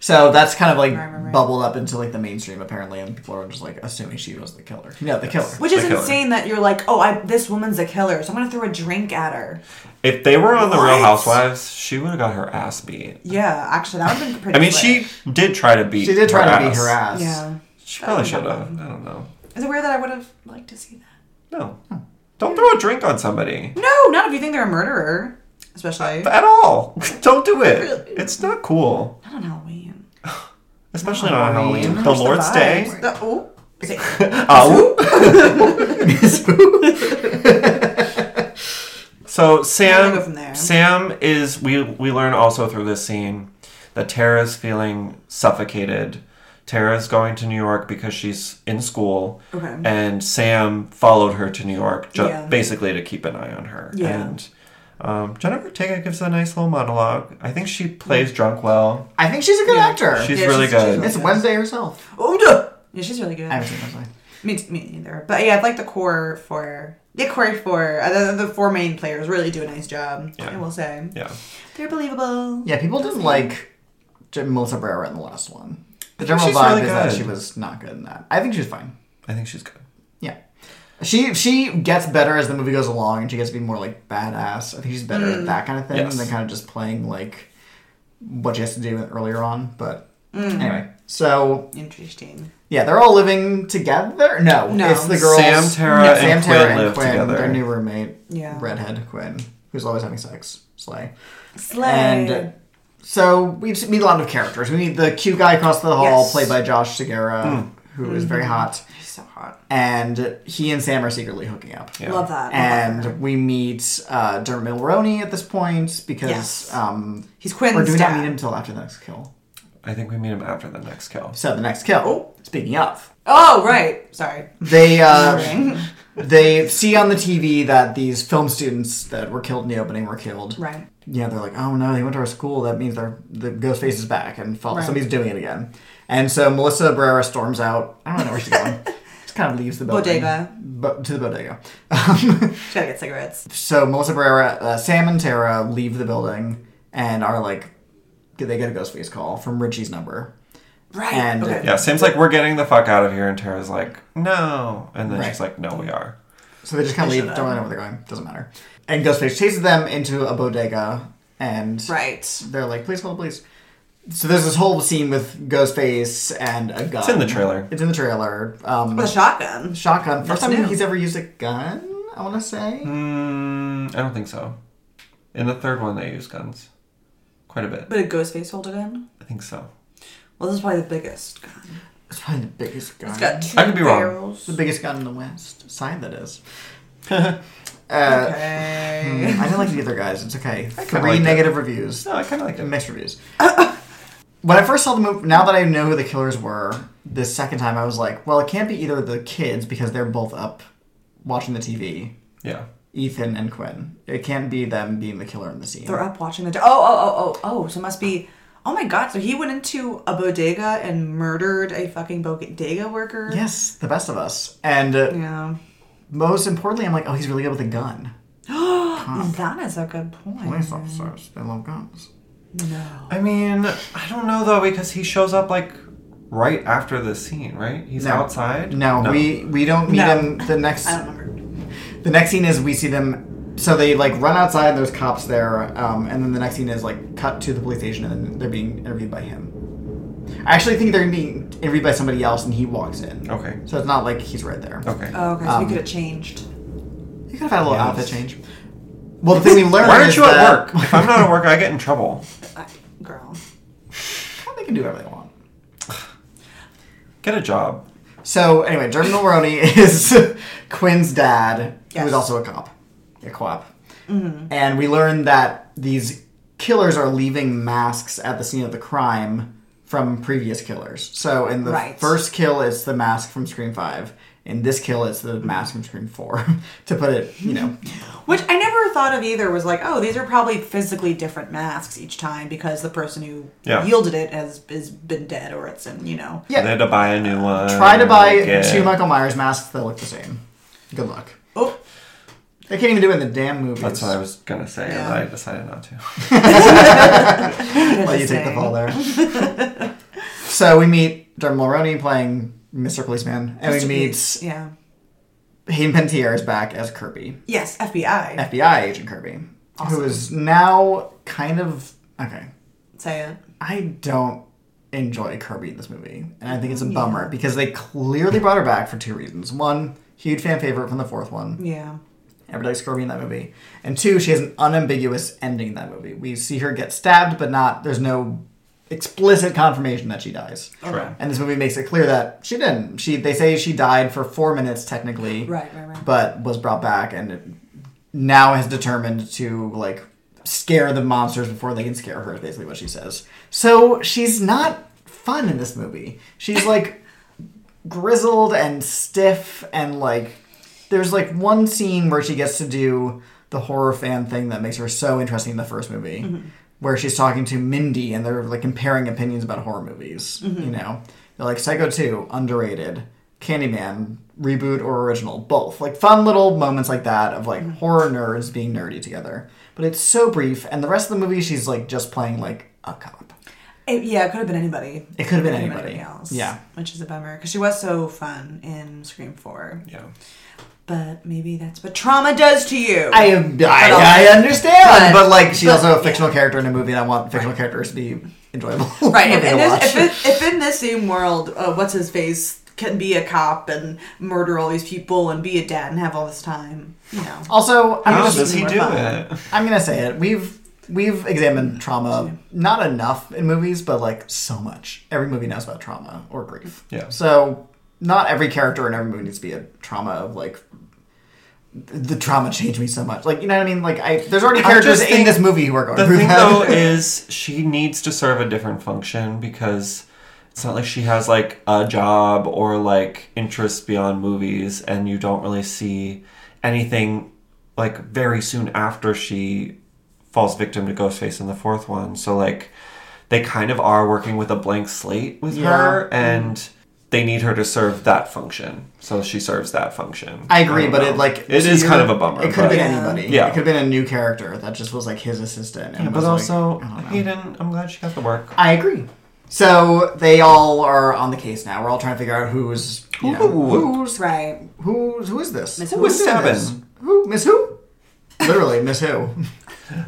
so that's kind of like Right, right, right. bubbled up into like the mainstream apparently, and people are just like assuming she was the killer. No, the killer. Which is The killer. insane that you're like, oh, I, this woman's a killer, so I'm gonna throw a drink at her. If they were on The Real What? Housewives, she would have got her ass beat. Yeah, actually, that would have been pretty. I mean, lit. she did try to beat. She did try to beat her ass. ass. Yeah. She probably That should would've have. I don't know. Is it weird that I would have liked to see that? No, don't throw a drink on somebody No, not if you think they're a murderer, especially at all. don't do it. Really? It's not cool, not on Halloween. especially not on Halloween. Halloween. The Where's Lord's Day. vibes? The- oh, is it- Oh. so Where do we go from Sam, there? Sam is we we learn also through this scene that Tara's feeling suffocated. Tara's going to New York because she's in school, Okay. and Sam followed her to New York ju- Yeah. basically to keep an eye on her. Yeah. And um, Jennifer Ortega gives a nice little monologue. I think she plays drunk well. I think she's a good actor. She's Yeah, really she's- she's good. It's Yeah. Wednesday herself. oh, duh. yeah, she's really good. I haven't seen Wednesday. Me, t- me neither. But yeah, I like the core four. The core four, uh, the, the four main players really do a nice job. Yeah. I will say yeah. they're believable. Yeah, people didn't like J- Melissa Barrera in the last one. The general she's vibe really is that good. she was not good in that. I think she's fine. I think she's good. Yeah. She she gets better as the movie goes along and she gets to be more like badass. I think she's better Mm. at that kind of thing Yes. than kind of just playing like what she has to do earlier on. But Mm. anyway. So Interesting. yeah, they're all living together. No, No. it's the girls. Sam, Tara, Yeah, and Quinn live together. Their new roommate, Yeah. redhead Quinn, who's always having sex. Slay. Slay. And so we just meet a lot of characters. We meet the cute guy across the hall, Yes. Mm-hmm. played by Josh Hmm. Segura, who is very hot, She's so hot. and he and Sam are secretly hooking up. Yeah. Love that. Love that. And we meet uh, Dermot Mulroney at this point because Yes. um, he's Quinn's or do we not dad. meet him until after the next kill? I think we meet him after the next kill. So the next kill. Speaking of, Oh right, sorry. they uh, Boring. they see on the TV that these film students that were killed in the opening were killed. right. Yeah, they're like, oh no, they went to our school. That means they're the ghost face is back and fall- Right. somebody's doing it again. And so Melissa Barrera storms out. I don't know where she's going. Just kind of leaves the building. Bodega. Bo- to the bodega. Um, She gotta get cigarettes. so Melissa Barrera, uh, Sam, and Tara leave the building and are like, they get a ghost face call from Richie's number. Right. And- okay. Yeah, Sam's like, we're getting the fuck out of here, and Tara's like, no. And then Right. she's like, no, we are. So they just kind of They leave. should Don't really know where they're going. Doesn't matter. And Ghostface chases them into a bodega, and Right. they're like, "Please call the police." So there's this whole scene with Ghostface and a gun. It's in the trailer. It's in the trailer. Um, With a shotgun. shotgun. First That's time new. Hmm. he's ever used a gun. I want to say. Mm, I don't think so. In the third one, they use guns quite a bit. But a ghost face holder gun? I think so. Well, this is probably the biggest gun. It's probably the biggest gun. It's got two I could be wrong. barrels. the biggest gun in the West. Side that is. Uh, Okay. I don't like the other guys. It's okay. Three kinda like it. negative reviews. No, I kind of like it. mixed reviews. when I first saw the movie, now that I know who the killers were, the second time I was like, well, it can't be either of the kids because they're both up watching the TV, Yeah. Ethan and Quinn. It can't be them being the killer in the scene. They're up watching the. Do- oh, oh, oh, oh, oh. So it must be. Oh my god. So he went into a bodega and murdered a fucking bodega worker? yes, the best of us. And uh, Yeah. most importantly, I'm like, oh, he's really good with a gun. That is a good point. Police officers, they love guns. No. I mean, I don't know though because he shows up like right after the scene, right? He's No. outside. No, we we don't meet No. him. The next I don't remember. the next scene is we see them so they like run outside there's cops there um, and then the next scene is like cut to the police station and then they're being interviewed by him I actually think they're being interviewed by somebody else, and he walks in. Okay. So it's not like he's right there. Okay. Oh, okay. So Um, we could have changed. You could have had a little Yes. outfit change. Well, the thing we learned. Why aren't is you at that- work? If I'm not at work, I get in trouble. I, girl. they can do whatever they want. Get a job. So anyway, Dermot Mulroney is Quinn's dad, who Yes. Mm-hmm. is also a cop, a co-op, and we learn that these killers are leaving masks at the scene of the crime from previous killers. So in the Right. first kill, it's the mask from Scream Five. In this kill, it's the mask from Scream Four. to put it, you know, Which I never thought of either was like, oh, these are probably physically different masks each time because the person who Yeah. yielded it has, has been dead or it's in, you know. They had to buy a new one. try to buy get- two Michael Myers masks that look the same. Good luck. Oh, They can't even do it in the damn movies. That's what I was gonna say, Yeah. and I decided not to. Let you take the fall there. so we meet Dermot Mulroney playing Mr. Policeman, and we meet Yeah. Hayden Pantier is back as Kirby, Yes, FBI. FBI agent Kirby, who is now kind of okay. Say it. I don't enjoy Kirby in this movie, and I think it's a bummer because they clearly brought her back for two reasons. One, huge fan favorite from the fourth one. Yeah. Everybody likes Kirby in that movie. And two, she has an unambiguous ending in that movie. We see her get stabbed, but not there's no explicit confirmation that she dies. Right. And this movie makes it clear that she didn't. She they say she died for four minutes technically, Right, right, right. but was brought back and it now has determined to like scare the monsters before they can scare her. is Basically, what she says. So she's not fun in this movie. She's like grizzled and stiff and like there's like one scene where she gets to do the horror fan thing that makes her so interesting in the first movie where she's talking to mindy and they're like comparing opinions about horror movies you know they're like psycho 2 underrated candyman reboot or original both like fun little moments like that of like horror nerds being nerdy together but it's so brief and the rest of the movie she's like just playing like a cop It, yeah, it could have been anybody. it could have been Could have been anybody else. yeah Which is a bummer because she was so fun in Scream 4. Yeah. But maybe that's what trauma does to you. I I, I understand, but, But- like she's but- also a fictional character in a movie, and I want fictional characters to be enjoyable. Right. for If, me in to watch. this, if, it, if in this same world, uh, what's his face can be a cop and murder all these people and be a dad and have all this time, you know. also, I'm How just does he do it? I'm gonna say it. We've we've examined trauma not enough in movies, but like so much. Every movie knows about trauma or grief. Yeah. So not every character in every movie needs to be a trauma of like the trauma changed me so much. Like you know what I mean? Like I there's already I just characters in think this movie who are going The through thing that. though is she needs to serve a different function because it's not like she has like a job or like interests beyond movies and you don't really see anything like very soon after she falls victim to Ghostface in the fourth one. So like they kind of are working with a blank slate with Yeah. Mm-hmm. her and they need her to serve that function. So she serves that function. I agree, don't but know. it like it so is you're- kind of a bummer. It could have but- been anybody. Yeah. it could have been a new character that just was like his assistant. And Yeah, but was, like, also I don't know. Hayden, I'm glad she got the work. I agree. So they all are on the case now. We're all trying to figure out who's you know, Ooh. who's Right. who's who is this? Miss who who is is this? stabbing? Who Miss Who? Literally Miss Who.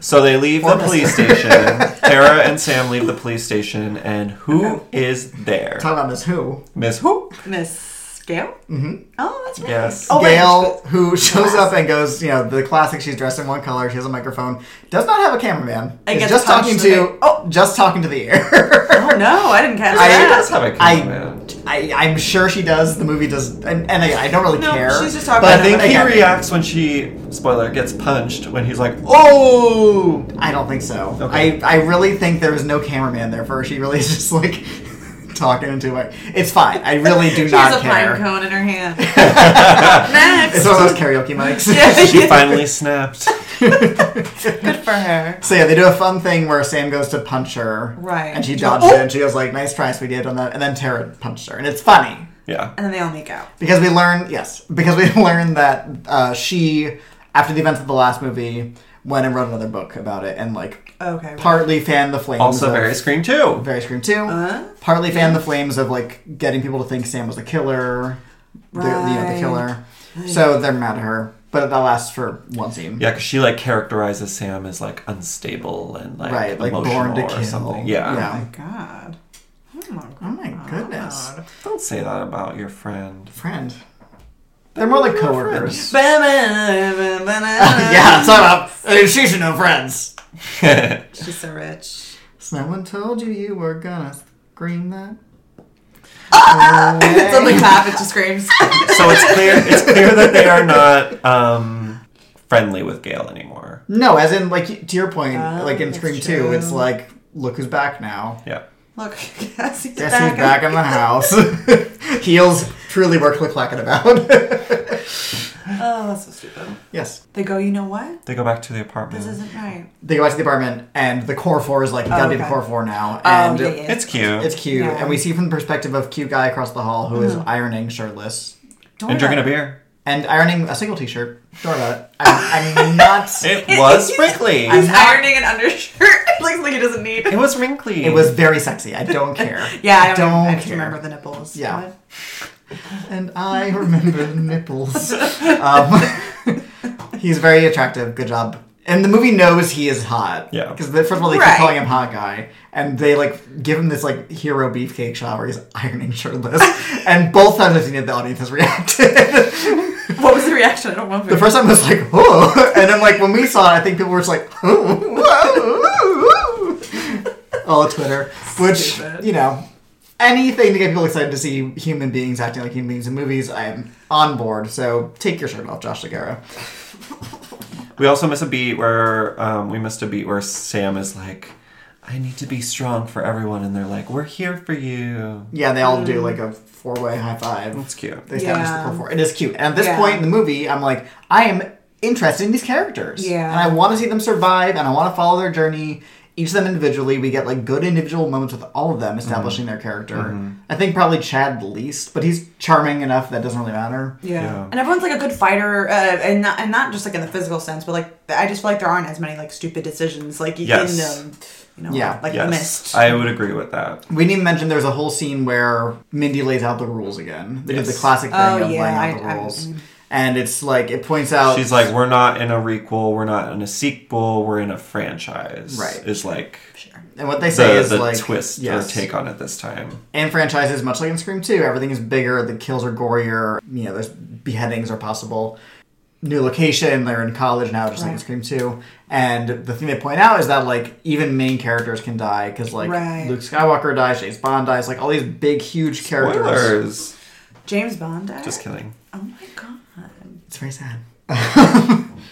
So they leave Or the Mr. police station. Tara and Sam leave the police station, and who is there? Talk about Miss Who. Miss Who? Miss Gail? Mm-hmm. Oh, that's right. Yes. Oh, wait, Gail, who shows up and goes, you know, the classic. She's dressed in one color. She has a microphone. Does not have a cameraman. And Is gets just punched talking in the to face. oh, just talking to the air. Oh, no, I didn't catch I- She that. does have a I- cameraman. I, I'm sure she does. The movie does, and, and I, I don't really No, care. she's just talking But I think he again, reacts when she, spoiler, gets punched when he's like, oh! I don't think so. Okay. I, I really think there was no cameraman there for her. She really is just like talking into it. It's fine. I really do She not has a care. pine cone in her hand. Next. It's one of those karaoke mics. Yeah. She finally snapped. Good for her. So yeah, they do a fun thing where Sam goes to punch her, Right. And she dodges it, and she goes "Oh!" like, "Nice try, sweetie," and then and then Tara punched her, and it's funny Yeah. And then they all make out. because we learn yes because we learn that uh, she after the events of the last movie went and wrote another book about it and like Okay. right. partly fanned the flames. Also, of- very Scream too. Very Scream 2. Partly fanned the flames of like getting people to think Sam was the killer, the, you know, the Right. killer. So they're mad at her, but that lasts for one scene. Yeah, because she, like, characterizes Sam as, like, unstable and, like, Right, like emotional born to or kill. something. Yeah. Oh Yeah. my god. Oh my Oh my goodness. God. Don't say that about your friend. Friend. They're more like coworkers. yeah. yeah, shut up. Uh, She should know friends. She's so rich. Someone told you you were gonna scream that. It's only clap, it just screams. so it's clear it's clear that they are not um, friendly with Gail anymore. No, as in like to your point, Oh, like in that's Scream Two, true. it's like look who's back now. Yeah. Look, yes, he's Guess back. who's back in the house? Heels truly were click clacking about. Oh, that's so stupid. yes, They go, you know what? They go back to the apartment. This isn't right. they go back to the apartment, and the core four is like you gotta be the okay. core four now, and uh, oh, yeah, yeah. it's cute. it's cute. Yeah. Mm-hmm. And we see from the perspective of cute guy across the hall who is ironing shirtless Don't and worry drinking a about beer. and ironing a single T-shirt. Don't worry about it. I'm, I'm not. It It- was he's- wrinkly. it. He's I'm not- ironing an undershirt. Looks like he doesn't need. It was wrinkly. It was very sexy. I don't care. Yeah, I don't, I just care. remember the nipples. Yeah. What? And I remember the nipples. Um, he's very attractive. Good job. And the movie knows he is hot. Yeah. Because first of all, they Right. keep calling him hot guy, and they like give him this like hero beefcake shot where he's ironing shirtless. and both times I've seen it, the audience has reacted. What was the reaction? I don't remember. the first time I was like, "Oh," and then like when we saw it, I think people were just like, "Oh, whoa, whoa, whoa." all of Twitter," which Stupid. you know, anything to get people excited to see human beings acting like human beings in movies, I'm on board. So take your shirt off, Josh Segura. We also miss a beat where um, we missed a beat where Sam is like, "I need to be strong for everyone," and they're like, "We're here for you." Yeah, they all do like a four way high five. That's cute. They establish Yeah. the core four. It is cute. And at this Yeah. point in the movie, I'm like, I am interested in these characters. Yeah. And I want to see them survive and I want to follow their journey. Each of them individually, we get like good individual moments with all of them establishing Mm-hmm. their character. I think probably Chad the least, but he's charming enough that doesn't really matter. Yeah. Yeah. and everyone's like a good fighter, uh, and not and not just like in the physical sense, but like I just feel like there aren't as many like stupid decisions like Yes. in the, you know, Yeah. like the Yes, mist. I would agree with that. We didn't even mention there's a whole scene where Mindy lays out the rules again. They did Yes. the classic thing Oh, of yeah, laying I- out I- the rules. and it's like, it points out. She's like, "We're not in a requel. We're not in a sequel. We're in a franchise." Right. Is like sure. and what they say the, is the like. twist yes. or take on it this time. And franchises, much like in Scream 2, everything is bigger, the kills are gorier, you know, there's beheadings are possible. New location, they're in college now, just like in Right. Scream 2. And the thing they point out is that, like, even main characters can die, because, like, Right. Luke Skywalker dies, James Bond dies, like, all these big, huge characters. Spoilers. James Bond. died? Just kidding. Oh my god! It's very sad.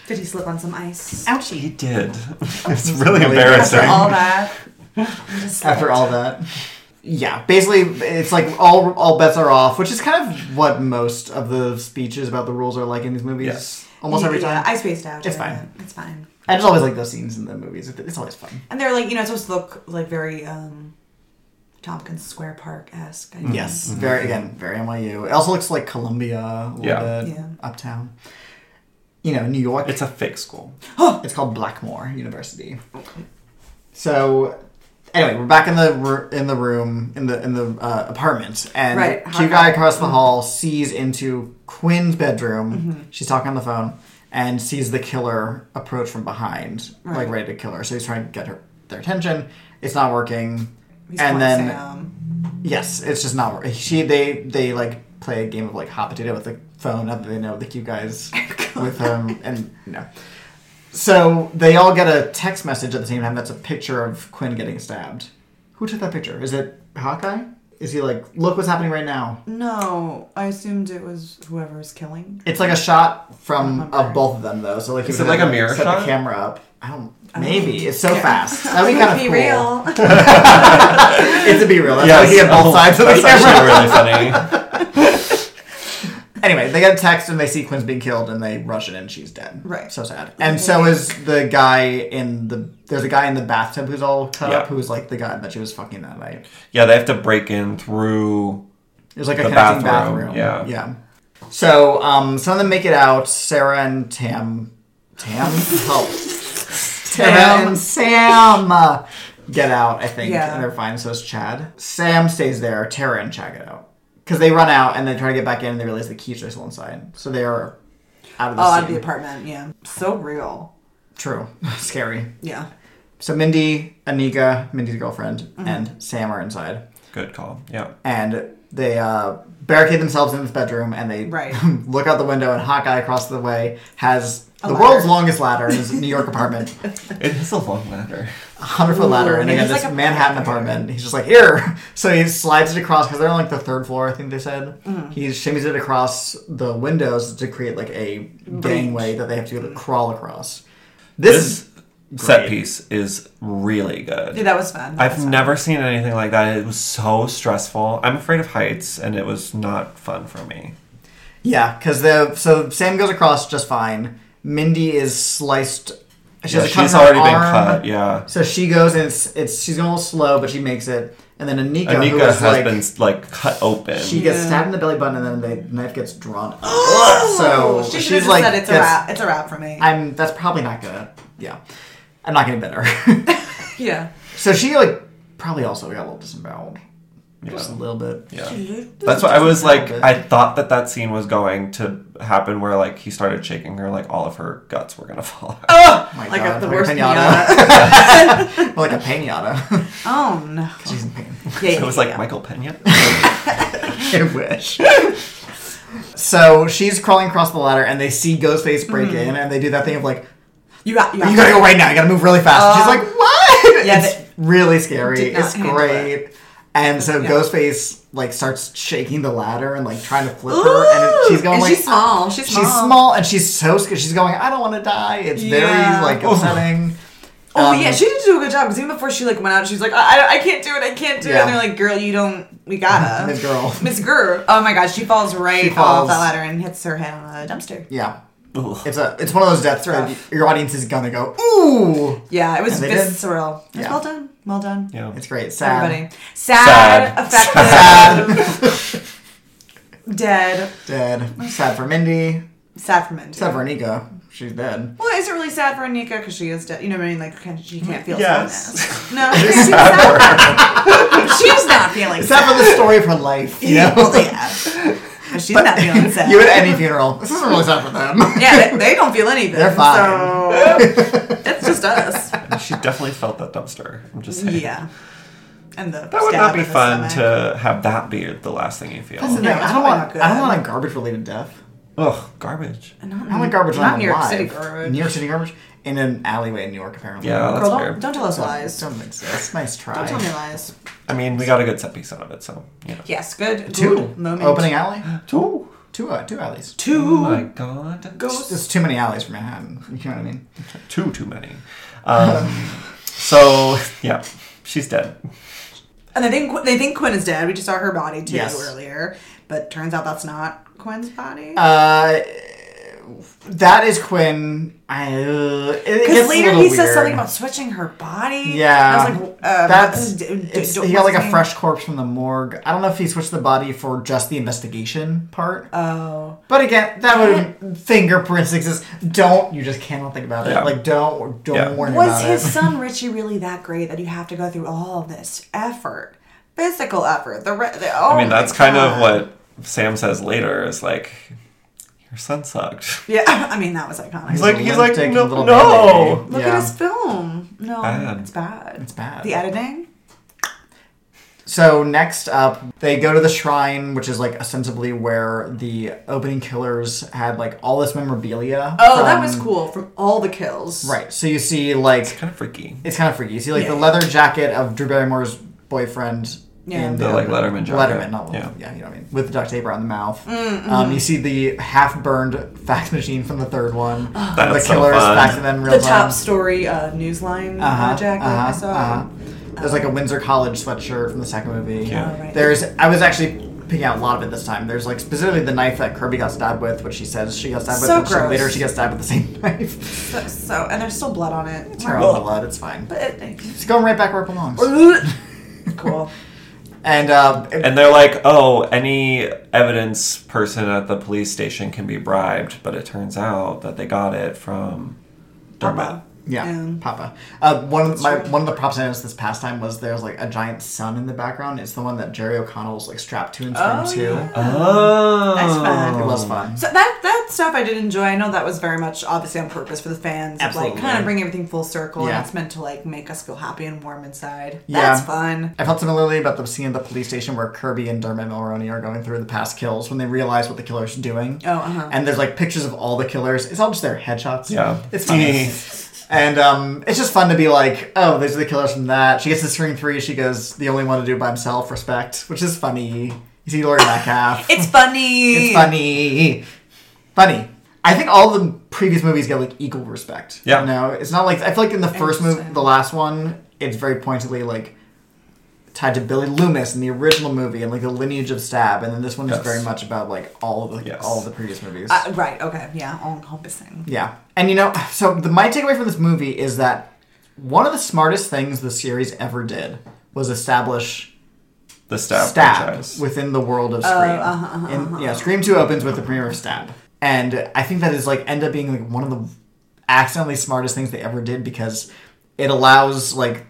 Did he slip on some ice? He did. it's really Really embarrassing. After all that. he just slipped. After all that. Yeah, basically, it's like all all bets are off, which is kind of what most of the speeches about the rules are like in these movies. Yes. Almost every Yeah, time. I spaced out. It's yeah, fine. It's fine. I just always like those scenes in the movies. It- It's always fun. And they're like, you know, it's supposed to look like very um Tompkins Square Park esque. Yes, very again, very NYU. It also looks like Columbia a little Yeah. bit, Yeah. uptown. You know, New York. It's a fake school. It's called Blackmore University. So, anyway, we're back in the ru- in the room in the in the uh, apartment, and Right, Mm-hmm. cute guy across the hall sees into Quinn's bedroom. She's talking on the phone and sees the killer approach from behind, like Right. ready to kill her. So he's trying to get her their attention. It's not working, and He's calling then. Sam. Yes, it's just not. wor- She they they like play a game of like hot potato with the phone. Now that they know the cute guys with um and no. So they all get a text message at the same time. That's a picture of Quinn getting stabbed. Who took that picture? Is it Hawkeye? Is he like, look what's happening right now? No, I assumed it was whoever's killing. It's like a shot from Remember. of both of them though. So like, he Is would it like have a mirror set shot? The camera up. I don't. Maybe it's so fast. That'd be kind of Be cool. real. It's a be real. That's yes. get both sides of the That's camera. actually really funny. Anyway, they get a text and they see Quinn's being killed and they rush it in. She's dead. Right. So sad. And so is the guy in the. There's a guy in the bathtub who's all cut Yeah. up who's like the guy that she was fucking that night. Yeah, they have to break in through. There's like a The connecting bathroom, bathroom. yeah. Yeah. So um, some of them make it out. Sarah and Tam. Tam? Help. Sarah and Sam uh, get out, I think. Yeah. And they're fine. So is Chad. Sam stays there. Tara and Chad get out. Because they run out and they try to get back in and they realize the keys are still inside. So they are out of the Oh, scene. out of the apartment. Yeah. So real. True. Scary. Yeah. Mm-hmm. So Mindy, Anika, Mindy's girlfriend, and Sam are inside. Good call. Yeah. and they uh, barricade themselves in this bedroom and they Right. look out the window and Hawkeye across the way has the ladder. world's longest ladder in his New York apartment, It is a long ladder. a hundred foot ladder, and Ooh, they got it's this like a- Manhattan apartment. He's just like here, so he slides it across because they're on like the third floor, I think they said. Mm-hmm. He shimmies it across the windows to create like a gangway that they have to crawl across. This, This set piece is really good. Yeah, that was fun. I've never seen anything like that. It was so stressful. I'm afraid of heights, and it was not fun for me. Yeah, because the so Sam goes across just fine. Mindy is sliced. She Yeah, has a cut she's in her already been arm. cut. Yeah. So she goes and it's, it's she's going a little slow, but she makes it. And then Anika, who Anika is has like been like cut open. she gets Yeah. stabbed in the belly button, and then the knife gets drawn. up. Oh, so she should've she's just like, said it's a gets- wrap. It's a wrap for me. I'm that's probably not gonna. Yeah, I'm not getting better. yeah. so she like probably also got a little disemboweled, just a little bit. yeah. That's what I was like. I thought that that scene was going to happen where like he started shaking her, like all of her guts were gonna fall out. Oh my Like god, a, the like a worst pinata, pinata. like a pinata. oh no. she's in pain. Yeah, it yeah, was like yeah. Michael Pena. I wish. so she's crawling across the ladder, and they see Ghostface break Mm-hmm. in, and they do that thing of like, you got you got, "You gotta go right now. You gotta move really fast." And she's Um, like, "What?" yeah, it's they really scary. did not It's handle great. And so Yeah. Ghostface like starts shaking the ladder and like trying to flip her, and it- she's Ooh, going and like, she's small. She's small. she's small, and she's so scared. She's going, "I don't want to die." It's Yeah. very like upsetting. Oh Um, yeah, she did do a good job because even before she like went out, she was like, I, I, I can't do it, I can't do it. Yeah. And they're like, girl, you don't, we gotta, Miss Girl. Miss Girl. Oh my gosh, she falls right She falls. off that ladder and hits her head on a dumpster. yeah. Ugh. It's a it's one of those deaths that rough. your audience is gonna go ooh. Yeah, it was And they did. visceral. It was Yeah. well done, well done. Yeah. It's great. Sad. Everybody, sad, Sad. affected, dead, Dead. Sad for Mindy. sad for Mindy. Sad for Anika. She's dead. Well, is it really sad for Anika because she is dead? You know what I mean? Like, can, she can't feel Yes. sadness. No, she's, sad for- she's not feeling sad. Sad for the story of her life. You know? Well, yeah. But she's not feeling sad. you at any funeral. This isn't really sad for them. yeah, they, they don't feel anything. They're fine. So it's just us. she definitely felt that dumpster. I'm just saying. Yeah. And the That would stab not in be the fun stomach. to have that be the last thing you feel. That's the thing. No, I don't it's probably want. not good. I don't want a garbage related death. Ugh, garbage. I don't want garbage. Mm. Not on New York live. City garbage. New York City garbage in an alleyway in New York, apparently. Yeah, that's Girl, don't, weird. don't tell us Lies. lies. Don't think so. It's a nice try. Don't tell me lies. I mean, we got a good set piece out of it, so yeah. Yes, good. Two good moment. opening alley. Oh Two uh, two alleys. Mm. Two my god. ghosts. There's too many alleys for Manhattan. You know what I mean? Too too many. Um, so yeah, she's dead. And they think they think Quinn is dead. We just saw her body too Yes. earlier, but turns out that's not Quinn's body. Uh, that is Quinn. I, uh, it- it Because gets later a he little says weird. something about switching her body. Yeah, I was like, uh, that's d- d- it's, d- he got like what's his a name? fresh corpse from the morgue. I don't know if he switched the body for just the investigation part, Oh, but again, that would fingerprints exist. Don't you just cannot think about it? Yeah. Like don't don't Yeah. worry was about his it. son Richie really that great that you have to go through all of this effort, physical effort? The, re- the oh I mean, my that's kind of God. what Sam says later. Is like, your son sucked. Yeah, I mean that was iconic. He's like, he's like, Lipstick, no, little no. baby. Look Yeah. at his film. No, Bad. it's bad. It's bad. The editing. So next up, they go to the shrine, which is like ostensibly where the opening killers had like all this memorabilia. Oh, that was from- cool from all the kills. Right. So you see like Kind of freaky. It's kind of freaky. You see, like the Yeah. leather jacket of Drew Barrymore's boyfriend. Yeah. in The, like, Letterman jacket. Letterman, not Yeah. Letterman. Yeah. you know what I mean. With the duct tape around the mouth. Mm, mm-hmm. Um, you see the half-burned fax machine from the third one. the That's so killer's fun. faxing them real The time. top story uh, newsline Uh-huh, uh, jacket I uh-huh, saw. uh-huh. There's like a Windsor College sweatshirt from the second movie. Yeah. Oh, right. There's. I was actually picking out a lot of it this time. There's like specifically the knife that Kirby got stabbed with, which she says she got stabbed So with. and she- gross. later she got stabbed with the same knife. So, so- and there's still blood on it. It's her own blood. It's fine. But it, It's going right back where it belongs. cool. And um, And they're like, oh, any evidence person at the police station can be bribed, but it turns out that they got it from Dermot. Papa. Yeah, Um, Papa. Uh, one of my one of the props I noticed this past time was there's like a giant sun in the background. It's the one that Jerry O'Connell was like strapped to in Scream Oh, Two. yeah. Oh, That's fun. It was fun. So that that stuff I did enjoy. I know that was very much obviously on purpose for the fans. of, Absolutely. Like kind of bring everything full circle Yeah. and it's meant to like make us feel happy and warm inside. Yeah. That's fun. I felt similarly about the scene at the police station where Kirby and Dermot Mulroney are going through the past kills when they realize what the killer's doing. Oh, uh-huh. And there's like pictures of all the killers. It's all just their headshots. Yeah. It's funny. and um, it's just fun to be like, oh, these are the killers from that. She gets to string three. She goes, the only one to do it by himself, respect, which is funny. You see Laurie Metcalf. It's funny. It's funny. Funny. I think all the previous movies get like equal respect. Yeah. You know, it's not like I feel like in the first movie, Interesting. the last one, it's very pointedly like tied to Billy Loomis in the original movie and like the lineage of Stab, and then this one Yes. is very much about like all of the Yes. all of the previous movies. Uh, right. Okay. Yeah. All encompassing. yeah. And you know, so the, my takeaway from this movie is that one of the smartest things the series ever did was establish The stab, Stab uh, franchise. within the world of Scream. And, yeah, Scream 2 opens with the premiere of Stab. And I think that is like end up being like one of the accidentally smartest things they ever did because it allows like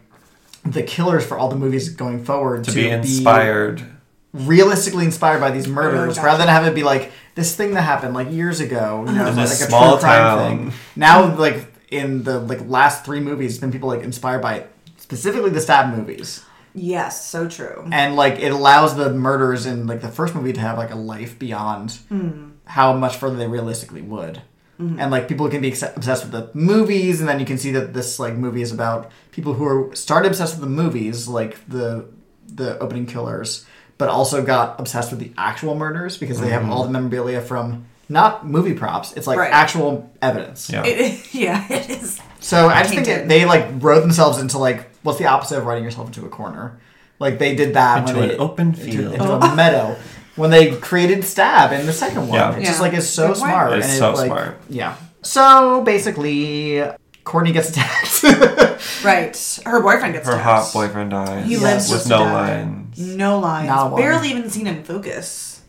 the killers for all the movies going forward to, to be inspired. realistically inspired by these murders gotcha. rather than have it be like this thing that happened like years ago, you know, In a like true small crime town. Now like in the like last three movies it's been people like inspired by specifically the Stab movies Yes. So true. and like it allows the murders in like the first movie to have like a life beyond how much further they realistically would and like people can be ex- obsessed with the movies and then you can see that this like movie is about people who are started obsessed with the movies like the the opening killers but also got obsessed with the actual murders because they have all the memorabilia from not movie props it's like Right. actual evidence Yeah. It, yeah. It is. so I just think Painted. they like wrote themselves into like what's the opposite of writing yourself into a corner? Like they did that Into when an they, open into, field. into a Oh. meadow when they created stab in the second one. Yeah. It's just Yeah. like it's so Good point. smart. It's and so like, smart. Yeah. So basically, Courtney gets attacked. Right. Her boyfriend gets Her stabbed. hot boyfriend dies. He lives with just no to die. lines. No lines. Not one. Barely even seen in focus.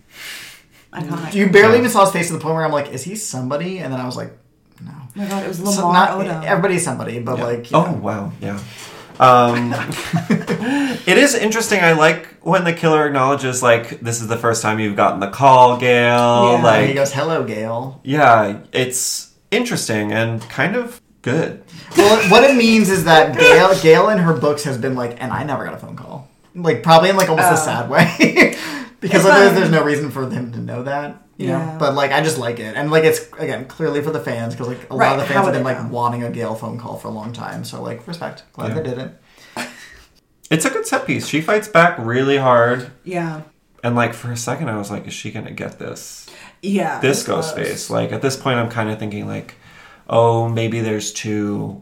Iconic. you barely even saw his face to the point where I'm like, is he somebody? And then I was like, no. oh my god, it was Lamar So not Odom. everybody's somebody, but like, you Oh know. wow, yeah. Um, it is interesting. I like when the killer acknowledges, like, this is the first time you've gotten the call, Gail. Yeah. And he Like, goes, "Hello, Gail." yeah, it's interesting and kind of good. Well, what it means is that Gail, Gail in her books has been like, and I never got a phone call. Like, probably in like almost a sad way, because Oh. It's otherwise fine. there's no reason for them to know that. You Yeah. know, but like I just like it, and like it's again clearly for the fans because like a lot Right, of the how fans have would been they like know? wanting a Gail phone call for a long time. So like respect, glad Yeah. they did it. It's a good set piece. She fights back really hard. yeah. And like for a second, I was like, "Is she gonna get this? Yeah. This it was. ghost face?" Like at this point, I'm kind of thinking like, "Oh, maybe there's two,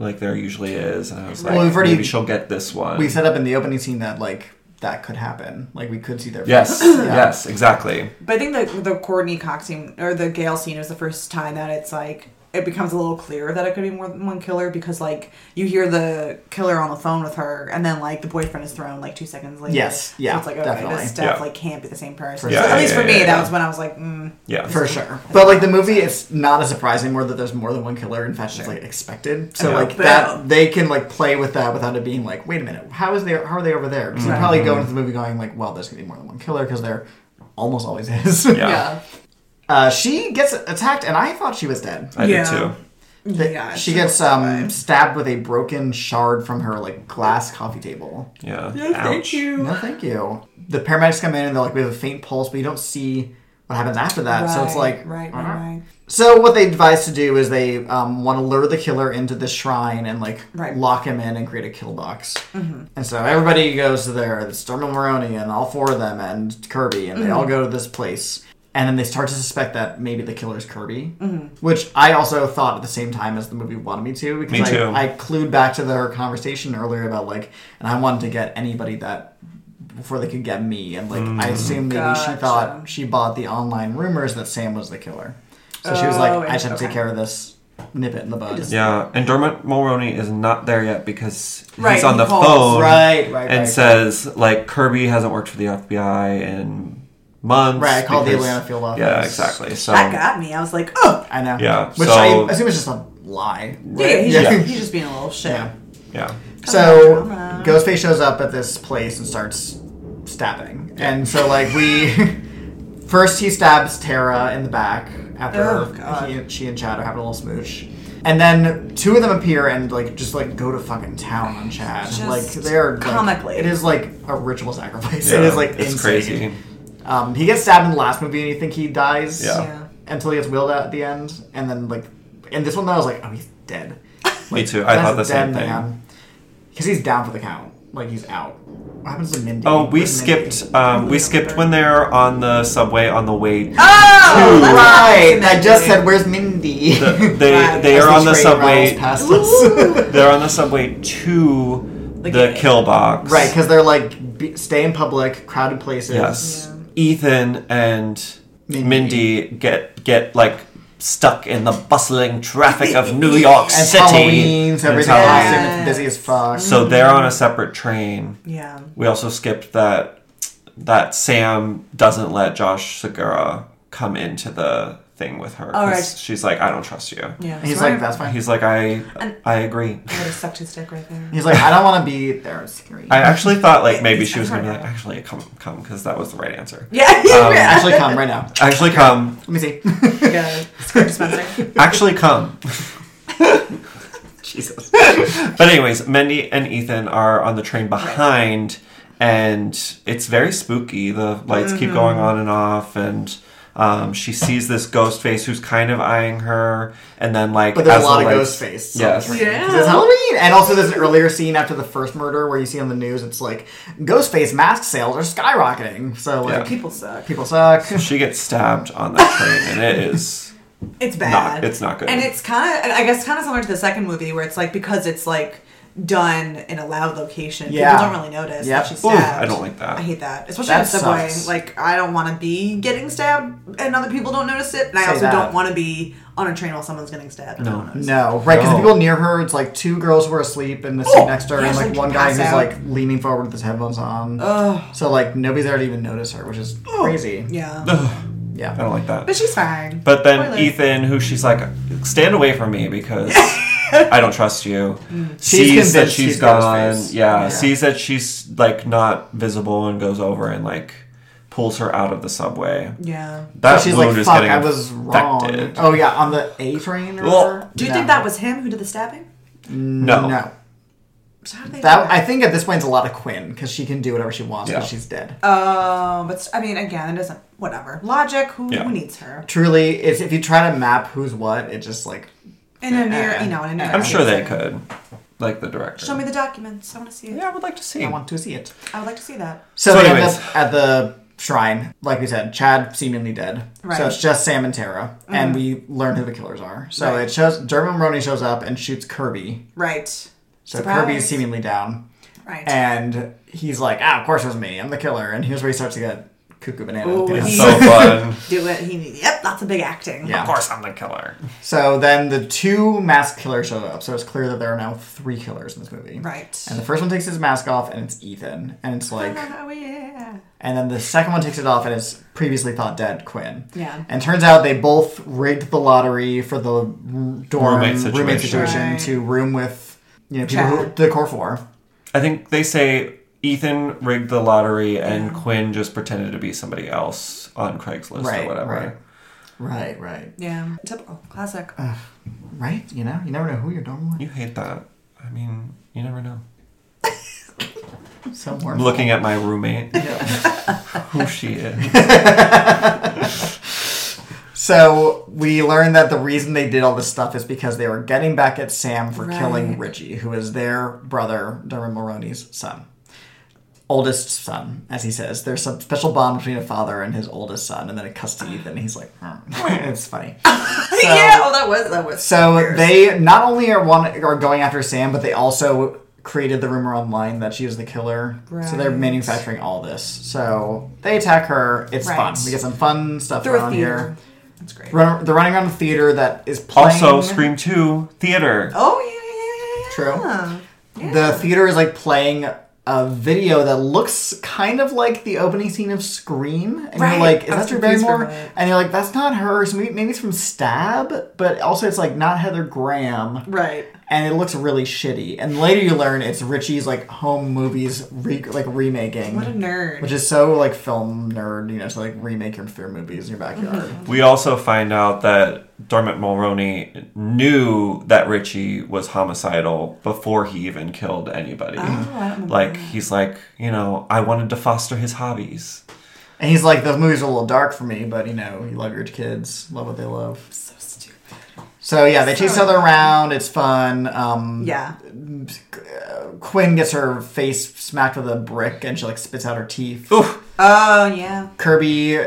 like there usually is." And I was like, Well, we've already- "Maybe she'll get this one." We set up in the opening scene that like that could happen. Like we could see their yes, face. yes, exactly. But I think the the Courtney Cox scene or the Gale scene is the first time that it's like it becomes a little clearer that it could be more than one killer because like you hear the killer on the phone with her and then like the boyfriend is thrown like two seconds later. Yes, yeah, So it's like okay, definitely. this stuff Yeah. like can't be the same person. For So sure. at least Yeah, yeah, for me, yeah, that yeah. was when I was like, mm, Yeah, For sure. But like the movie, it's not as surprising more that there's more than one killer. In fact, it's like expected. So Yeah. like But- that, they can like play with that without it being like, wait a minute, how is there? How are they over there? Because they probably go into the movie going like, well, there's gonna be more than one killer because there almost always is. Yeah. yeah, Uh, she gets attacked, and I thought she was dead. I Yeah. did too. That- yeah. she gets um, stabbed with a broken shard from her like glass coffee table. Yeah. Ouch. No, thank you. The paramedics come in and they're like, we have a faint pulse, but you don't see what happens after that. so it's like, right, right, uh-huh. right. So what they advise to do is they um, want to lure the killer into the shrine and like Right. Mm-hmm. lock him in and create a kill box. And so everybody goes to there. It's Dermot Maroney and all four of them and Kirby, and they Mm-hmm. all go to this place. And then they start to suspect that maybe the killer's Kirby, Mm-hmm. which I also thought at the same time as the movie wanted me to because Me I, too. I clued back to their conversation earlier about like, and I wanted to get anybody that before they could get me, and like Mm. I assume maybe she Gotcha. thought she bought the online rumors that Sam was the killer. So she was like, Oh, I just have to okay. take care of this, nip it in the bud. Yeah, and Dermot Mulroney is not there yet because Right, he's on he the calls. phone Right, right, right. and says like Kirby hasn't worked for the FBI in months. Right, I called the because- Atlanta field office. Yeah, exactly. So that got me. I was like, oh, I know. Yeah, Which so- I assume is just a lie. yeah, he's, Yeah. Just, he's just being a little shit. Yeah. yeah, So Come on. Ghostface shows up at this place and starts stabbing. And so like we first he stabs Tara in the back after Oh, God. he, she and Chad are having a little smooch. And then two of them appear and like just like go to fucking town on Chad. Just like they're like, comically. it is like a ritual sacrifice. yeah. It is like it's insane. crazy. Um, he gets stabbed in the last movie, and you think he dies Yeah. Yeah. until he gets wheeled out at the end, and then like in this one, though, I was like, oh, he's dead. Me too. I thought the same thing. because he's down for the count. Like he's out. What happens to Mindy? Oh, we Where's Mindy? skipped. Um, we skipped when they're on the subway on the way. Oh, right. that's I just fascinating. said, where's Mindy? The- they they As are on the train subway. rattles past us. They're on the subway to the, The gang. kill box. right, because they're like be, stay in public, crowded places. Yes. Ethan and Mindy. Mindy. get get like stuck in the bustling traffic of New York And City. Halloween, so And everything Halloween. else, and Yes. it's busy as fuck. So they're on a separate train. Yeah. We also skipped that that Sam doesn't let Josh Segura come into the thing with her. 'cause All Oh, right. She's like, I don't trust you. Yeah. he's Sorry. like, that's fine. He's like, I And- I agree. I would have sucked his dick right there. He's like, I don't want to be there. It's scary. I actually thought like maybe It's she was gonna be hard. like, actually come come because that was the right answer. Yeah. yeah. actually come right now. Actually come. Let me see. Um, yeah. Script Spencer. Actually come. Jesus. But anyways, Mindy and Ethan are on the train behind, and it's very spooky. The lights Mm-hmm. keep going on and off, and um, she sees this ghost face who's kind of eyeing her, and then like But there's as a the lot of lights- ghost face. Yes. Yeah. Because it's Halloween. And also there's an earlier scene after the first murder where you see on the news it's like ghost face mask sales are skyrocketing. So like Yeah. People suck. people suck. She gets stabbed on that train, and it is It's bad. it's not good. And it's kind of, I guess, kind of similar to the second movie where it's like because it's like done in a loud location, Yeah. people don't really notice Yep. that she's Ooh, stabbed. I don't like that. I hate that, especially That on subway. sucks. Like I don't want to be getting stabbed and other people don't notice it, and I Say also that. don't want to be on a train while someone's getting stabbed. No. No, right? Because No. the people near her, it's like two girls who are asleep in the seat next to her, Oh! yeah, and she's, like like, one guy passed who's out. like leaning forward with his headphones on. So like nobody's there to even notice her, which is crazy. Yeah. Yeah. I don't like that. But she's fine. But then Spoiler. Ethan, who she's like, stand away from me because I don't trust you, sees that convinced she's he's gone. Ghostface. Yeah, Yeah. sees that she's like not visible and goes over and like pulls her out of the subway. Yeah. That So she's wound like, is fuck, getting I was wrong. infected. Oh yeah, on the A train or Well, whatever? Do you No. think that was him who did the stabbing? no. No. So how did they That do I think at this point it's a lot of Quinn because she can do whatever she wants Yeah. because she's dead. Oh, but s- I mean, again, it doesn't. Whatever. Logic. Who, Yeah. who needs her? Truly, it's, if you try to map who's what, it just like In a near, Eh. you know, in a near. I'm sure they future. could, like the director. Show me the documents. I want to see it. yeah, I would like to see. I want to see it. I would like to see that. So, Mm. So they anyways. end up at the shrine, like we said, Chad seemingly dead. Right. Mm. So it's just Sam and Tara, and we learn who the killers are. So Right. it shows Dermot Maroney shows up and shoots Kirby. Right. So Surprise. Kirby is seemingly down, Right. and he's like, "Ah, of course it was me. I'm the killer." And here's where he starts to get cuckoo banana. Ooh, pants. It's Oh, he- so fun. Do it. He. Yep. Lots of big acting. Yeah. Of course, I'm the killer. So then the two masked killers show up. So it's clear that there are now three killers in this movie. Right. And the first one takes his mask off, and it's Ethan. And it's like, Oh yeah. and then the second one takes it off, and it's previously thought dead Quinn. Yeah. And turns out they both rigged the lottery for the r- dorm Roommate roommate situation, situation. Right. to room with you know people who, Chad. the core four. I think they say Ethan rigged the lottery and Quinn just pretended to be somebody else on Craigslist Right, or whatever. right. Right, right, Yeah. Typical. Classic. Uh, right. You know, you never know who you're dorm with. You hate that. I mean, you never know. Somewhere. I'm looking at my roommate, Yeah. who she is. So we learn that the reason they did all this stuff is because they were getting back at Sam for Right. killing Richie, who is their brother, Dermot Mulroney's son. Oldest son, as he says. There's some special bond between a father and his oldest son, and then it cuts to Ethan, and he's like, "Hmm." it's funny. yeah. Oh, that was that was. So they not only are one are going after Sam, but they also created the rumor online that she was the killer. So they're Right. manufacturing all this. So they attack her. It's fun. Right. We get some fun stuff Through a around theater. here. That's great. Run, they're running around the theater that is playing. Also, Scream 2, theater. Oh yeah. yeah, yeah, yeah, yeah. True. The theater is like playing a video that looks kind of like the opening scene of Scream, and Right. you're like, "Is I was that Drew confused for a Barrymore?" minute. And you're like, "That's not her. So maybe, maybe it's from Stab, but also it's like not Heather Graham." Right. And it looks really shitty. And later you learn it's Richie's like home movies re- like remaking. What a nerd. Which is so like film nerd, you know, to like remake your fear movies in your backyard. Mm-hmm. We also find out that Dermot Mulroney knew that Richie was homicidal before he even killed anybody. I don't like he's like, you know, I wanted to foster his hobbies. And he's like, those movies are a little dark for me, but you know, you love your kids, love what they love. so stupid. So yeah, they chase each So- other around. It's fun. Um, Yeah. Quinn gets her face smacked with a brick, and she like spits out her teeth. Oh yeah. Kirby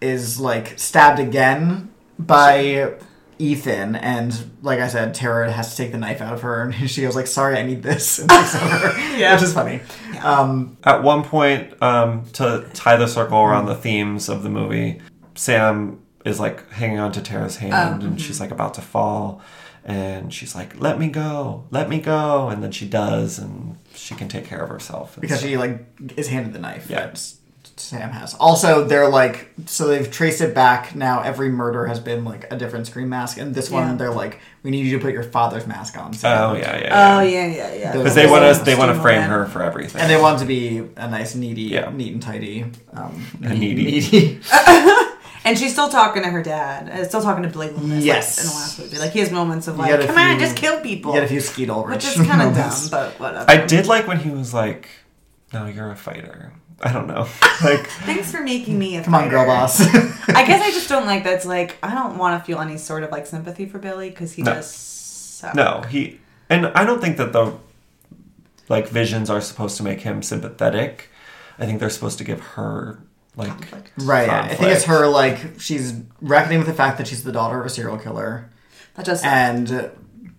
is like stabbed again by Ethan, and like I said, Tara has to take the knife out of her, and she goes like, "Sorry, I need this," and takes it over, Yeah. which is funny. Um, At one point, um, to tie the circle around the themes of the movie, Sam is like hanging on to Tara's hand Oh, mm-hmm. and she's like about to fall. And she's like, let me go, let me go. And then she does, and she can take care of herself. and because stuff. she like is handed the knife. Yeah. that S- Sam has. Also, they're like so they've traced it back. Now every murder has been like a different scream mask, and this Yeah. one they're like, we need you to put your father's mask on. oh, yeah, yeah. Oh yeah, yeah, yeah. Because they want wanna- us, they want to frame her for everything. And they want to be a nice, needy, Yeah. neat and tidy, um, A needy. needy. And she's still talking to her dad. Uh, still talking to Blake. Loomis, Yes. Like, in the last movie, like he has moments of had like, a come on, few- just kill people. You get a few Skeet Ulrich. which is kind of dumb, moments. but whatever. I did like when he was like, "No, you're a fighter." I don't know. Like, Thanks for making me a Come on, girl fighter. boss. I guess I just don't like that's like I don't want to feel any sort of like sympathy for Billy because he No. does suck. no, he, and I don't think that the like visions are supposed to make him sympathetic. I think they're supposed to give her like right. yeah. I think conflict. it's her, like, she's reckoning with the fact that she's the daughter of a serial killer. that does. Suck. And, uh,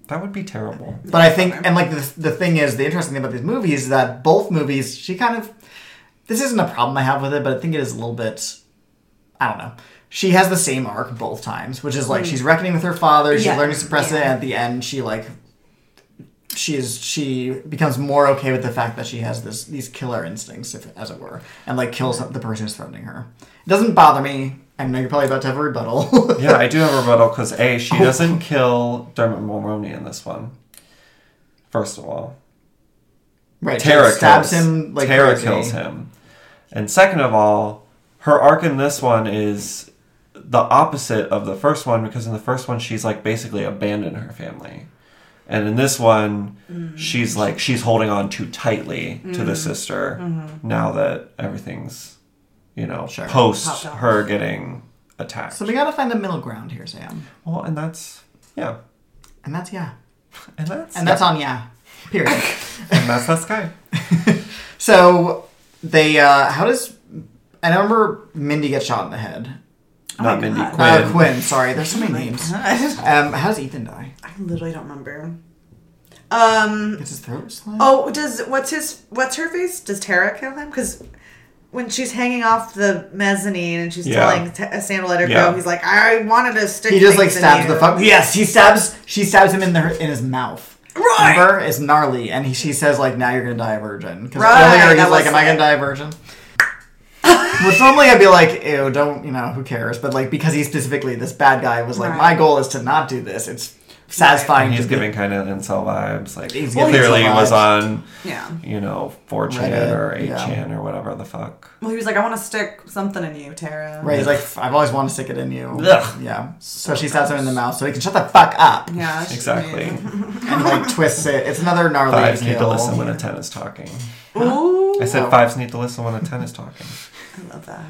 That would be terrible. but I think, and like, the, the thing is, the interesting thing about these movies is that both movies, she kind of, this isn't a problem I have with it, but I think it is a little bit, I don't know. She has the same arc both times, which is like she's reckoning with her father, she's Mm. Yeah. learning to suppress it, Yeah. and at the end she like she is she becomes more okay with the fact that she has this these killer instincts, if, as it were, and like kills Mm. the person who's threatening her. It doesn't bother me. I know you're probably about to have a rebuttal. Yeah, I do have a rebuttal because a she doesn't kill Dermot Mulroney in this one. First of all, right, she Tara stabs kills, him like Tara crazy. kills him. And second of all, her arc in this one is the opposite of the first one because in the first one she's like basically abandoned her family. And in this one, Mm-hmm. she's like she's holding on too tightly to the sister Mm-hmm. now that everything's you know Sure. post Popped off. her getting attacked. So we gotta find a middle ground here, Sam, well, and that's yeah. and that's yeah, And that's and that's on yeah. Period. and that's that sky. So they uh how does I remember Mindy get shot in the head. Not Mindy Oh God. Quinn. Uh, Quinn, sorry, there's so many names. I Um how does Ethan die? literally don't remember. Um. Gets his throat slit? Oh, does what's his what's her face? Does Tara kill him? Because when she's hanging off the mezzanine and she's Yeah. telling T- Sam to let her Yeah. go, he's like, I wanted to stick. he just like things in stabs you." the fuck. Yes, he stabs she stabs him in the in his mouth. Right. Remember? It's gnarly and he, she says like now you're gonna die a virgin. Because Right, earlier that he's like, was Am I it. gonna die a virgin? Which normally I'd be like, ew, don't you know, who cares? But like because he specifically this bad guy was like, Right. My goal is to not do this. It's satisfying And he's to be- giving kind of incel vibes. Like He's giving clearly incel was vibes. on, Yeah. you know, 4chan Reddit, or 8chan yeah. or whatever the fuck. Well, he was like, I want to stick something in you, Tara. Right, he's like, I've always wanted to stick it in you. Ugh. Yeah. So, she stabs him in the mouth so he can shut the fuck up Yeah. she- Exactly. and like twists it. It's another gnarly Fives need to kill. listen when a ten is talking. Ooh. I said fives need to listen when a ten is talking. I love that.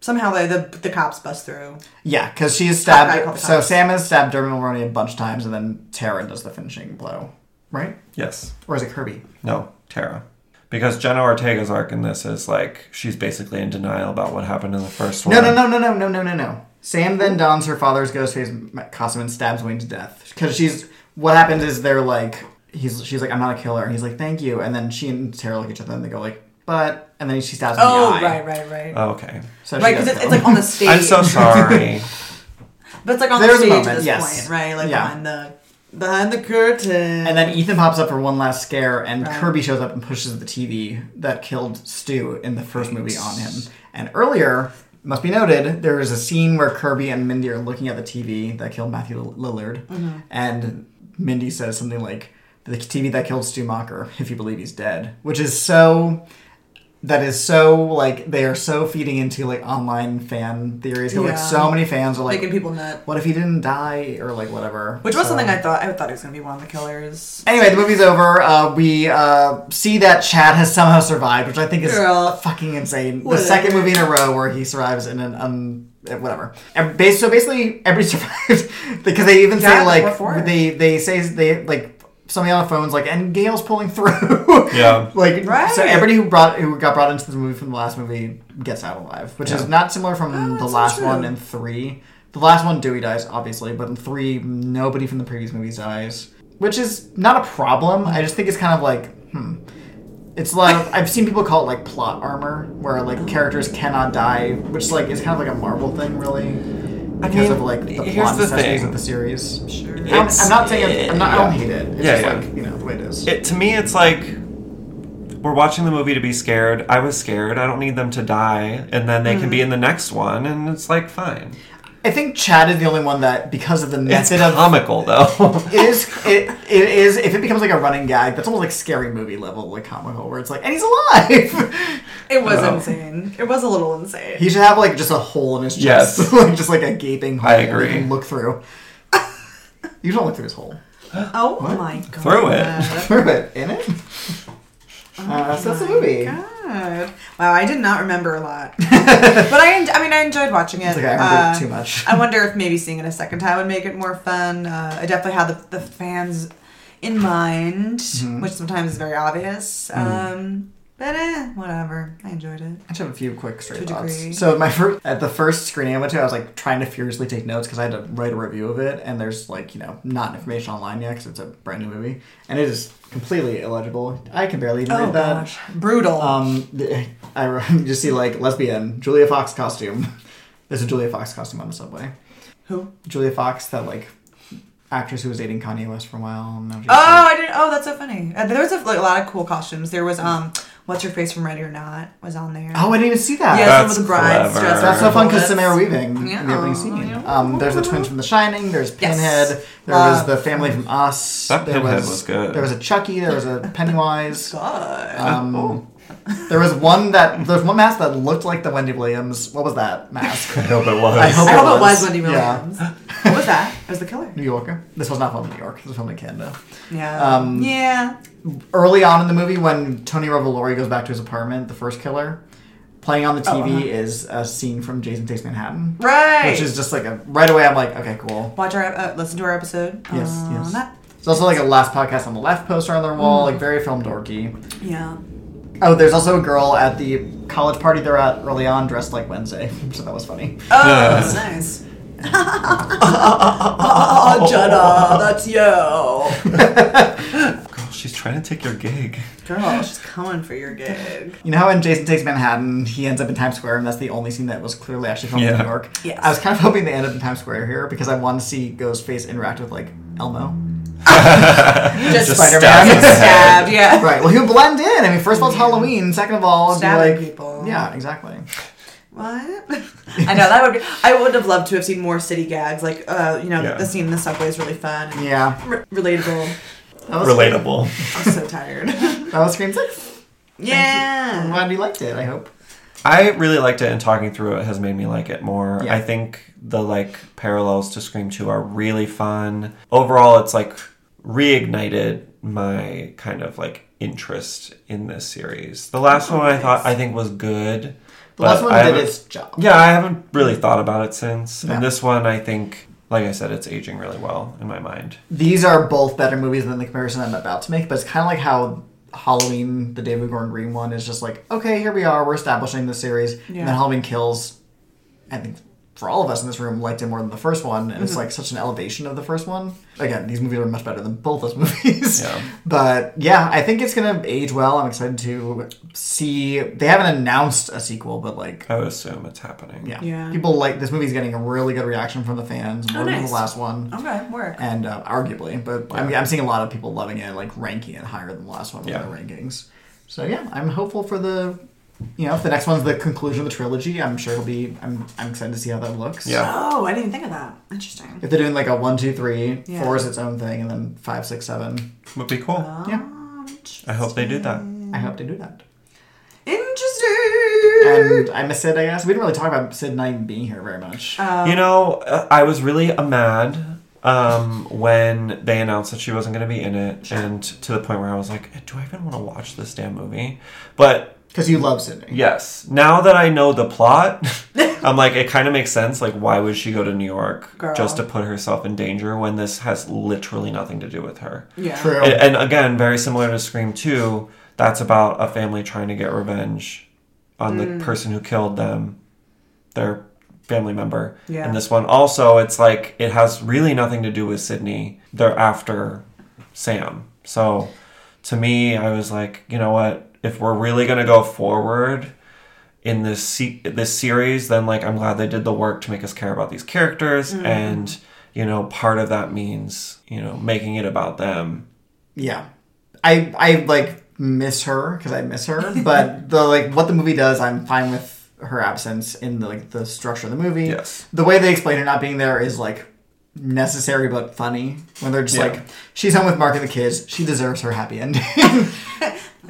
Somehow the the, the cops bust through. yeah, because she is Okay, couple stabbed. So times. Sam has stabbed Dermot Mulroney a bunch of times, and then Tara does the finishing blow, right? Yes. Or is it Kirby? No. Tara. Because Jenna Ortega's arc in this is like she's basically in denial about what happened in the first one. No, no, no, no, no, no, no, no, no. Sam then dons her father's ghostface ma- costume and stabs Wayne to death because she's. What happens is they're like, he's she's like, I'm not a killer. And he's like, thank you. And then she and Tara look at each other and they go like, but. And then she stabs him Oh, in the eye. right, right, right. Okay. So she right, does because kill it's, it's like him. on the stage. Uh, I'm so sorry. But it's like on There's a the stage moment, at this yes. point, right? Like Yeah. on the Behind the curtain. And then Ethan pops up for one last scare, and Right. Kirby shows up and pushes the TV that killed Stu in the first movie on him. And earlier, it must be noted, there is a scene where Kirby and Mindy are looking at the TV that killed Matthew Lill- Lillard, Mm-hmm. and Mindy says something like, "The TV that killed Stu Mocker, if you believe he's dead," which is so. That is so like they are so feeding into like online fan theories. 'cause, Yeah. Like so many fans are like, making people nut. "What if he didn't die?" or like whatever. Which was So- something I thought. I thought it was gonna be one of the killers. Anyway, the movie's over. Uh, we uh, see that Chad has somehow survived, which I think is Girl. fucking insane. The Whatever. second movie in a row where he survives in an um, whatever. And ba- so basically, everybody survives because they even Yeah, say there were like four. they they say they like somebody on the phone's like, and Gail's pulling through. Yeah. like Right. so everybody who brought who got brought into the movie from the last movie gets out alive, which is not similar from the that's last true. one and three. The last one, Dewey dies, obviously, but in three, nobody from the previous movies dies, which is not a problem. I just think it's kind of like, hmm. It's like I've seen people call it like plot armor, where like characters cannot die, which like is kind of like a Marvel thing, really, because mean, of like the here's plot the necessities thing. of the series. Sure. I don't- I'm not saying I'm, I'm not. I don't Yeah. hate it. It's Yeah, just yeah. like you know the way it is. It to me, it's like we're watching the movie to be scared. I was scared. I don't need them to die, and then they can be in the next one, and it's like fine. I think Chad is the only one that because of the It's method of comical though. it is it, it is if it becomes like a running gag that's almost like scary movie level like comical where it's like and he's alive It was Oh. insane. It was a little insane. he should have like just a hole in his chest Yes. like just like a gaping hole I that agree. you can look through you don't look through his hole oh my god. Throw it. through it in it uh, so that's the movie Oh God. Wow, I did not remember a lot, but I, en- I mean, I enjoyed watching it. it's like I remember Uh, too much I wonder if maybe seeing it a second time would make it more fun. Uh, I definitely had the, the fans in mind, Mm-hmm. which sometimes is very obvious. Um, but eh, whatever. I enjoyed it. I just have a few quick straight To a thoughts. degree. So my first, at the first screening I went to, I was like trying to furiously take notes because I had to write a review of it, and there's like you know not information online yet because it's a brand new movie, and it is completely illegible. I can barely even Oh read that. gosh, brutal. Um, th- I re- just see like lesbian Julia Fox costume. There's a Julia Fox costume on the subway. Who? Julia Fox, that like actress who was dating Kanye West for a while. And now she's Oh, I didn't. Oh, that's so funny. Uh, there was a, like, a lot of cool costumes. There was um, what's her face from Ready or Not was on there. oh, I didn't even see that. yeah, That's some of the brides clever. dressed That's so up fun because in Samara bullets. Weaving in the Yeah. opening scene. Um, there's the twins from The Shining. There's Yes. Uh, Pinhead. There was Love. the family from Us. That there Pinhead was good. There was a Chucky. There was a Pennywise. God. Um, Oh. There was one that there's one mask that looked like the Wendy Williams. What was that mask? I hope it was. I hope I hope it was. was Wendy Yeah. Williams. What was that? It was the killer. New Yorker. This was not filmed in New York. This was filmed in Canada. Yeah. Um, yeah. Early on in the movie, when Tony Revolori goes back to his apartment, the first killer, playing on the TV uh-huh. is a scene from Jason Takes Manhattan, Right. which is just like a right away. I'm like, okay, cool. Watch our uh, listen to our episode. Yes, on yes. That. It's also like a last podcast on the left poster on their wall, Mm. like very film dorky. Yeah. Oh, there's also a girl at the college party they're at early on dressed like Wednesday, so that was funny. Oh, that's nice. oh, Jenna, that's you. Girl, she's trying to take your gig. Girl, she's coming for your gig. You know how in Jason Takes Manhattan, he ends up in Times Square, and that's the only scene that was clearly actually filmed in Yeah. New York. Yes. I was kind of hoping they end up in Times Square here because I want to see Ghostface interact with like Elmo. Just, Just Spider-Man. stab him in the head. stabbed. Yeah. Right. Well, he'll blend in. I mean, first of all, it's Halloween. Second of all, it'd be Stabbing like, people. Yeah, exactly. What? I know that would be. I would have loved to have seen more city gags. Like, uh, you know, Yeah. the scene in the subway is really fun. and Yeah. re- relatable. That was, Relatable. I'm so tired. That was Scream Six. I'm yeah. glad you liked it. I hope. I really liked it, and talking through it has made me like it more. Yeah. I think the like parallels to Scream Two are really fun. Overall, it's like reignited my kind of like interest in this series. The last one I thought I think was good. The last one I did haven't- its job. Yeah, I haven't really thought about it since. Yeah. And this one, I think, like I said, it's aging really well in my mind. These are both better movies than the comparison I'm about to make, but it's kind of like how Halloween, the David Gordon Green one, is just like, okay, here we are, we're establishing the series, and Yeah. then Halloween Kills. I think for all of us in this room liked it more than the first one, and Mm-hmm. it's like such an elevation of the first one. Again, these movies are much better than both those movies. Yeah. But yeah, I think it's gonna age well. I'm excited to see. They haven't announced a sequel, but like I would assume it's happening. yeah, Yeah. Oh, people like this movie's getting a really good reaction from the fans more than the nice. last one. Okay, work. And uh, arguably, but I'm, I'm seeing a lot of people loving it, like ranking it higher than the last one Yeah. in the rankings. So yeah, I'm hopeful for the, you know, if the next one's the conclusion of the trilogy, I'm sure it'll be. I'm I'm excited to see how that looks. Yeah. Oh, I didn't think of that. Interesting. If they're doing like a one, two, three, Yeah. four is its own thing, and then five, six, seven. Would be cool. Yeah, I hope they do that. I hope they do that. Interesting. And I miss Sid, I guess. We didn't really talk about Sid not even being here very much. You know, uh, I was really uh, mad um, when they announced that she wasn't going to be in it, and to the point where I was like, "Do I even want to watch this damn movie?" But Because you love Sydney. yes, now that I know the plot, I'm like, it kind of makes sense. Like, why would she go to New York Girl. just to put herself in danger when this has literally nothing to do with her? yeah. True. And, and again, very similar to Scream 2, that's about a family trying to get revenge on the person who killed them, their family member. Yeah. And this one also, it's like it has really nothing to do with Sydney. They're after Sam. So to me, I was like, you know what? If we're really going to go forward, in this se- this series, then like I'm glad they did the work to make us care about these characters, and you know part of that means you know making it about them. Yeah, I I like miss her because I miss her, but the like what the movie does, I'm fine with her absence in the like the structure of the movie. Yes. the way they explain her not being there is like necessary but funny when they're just Yeah. like she's home with Mark and the kids. She deserves her happy ending.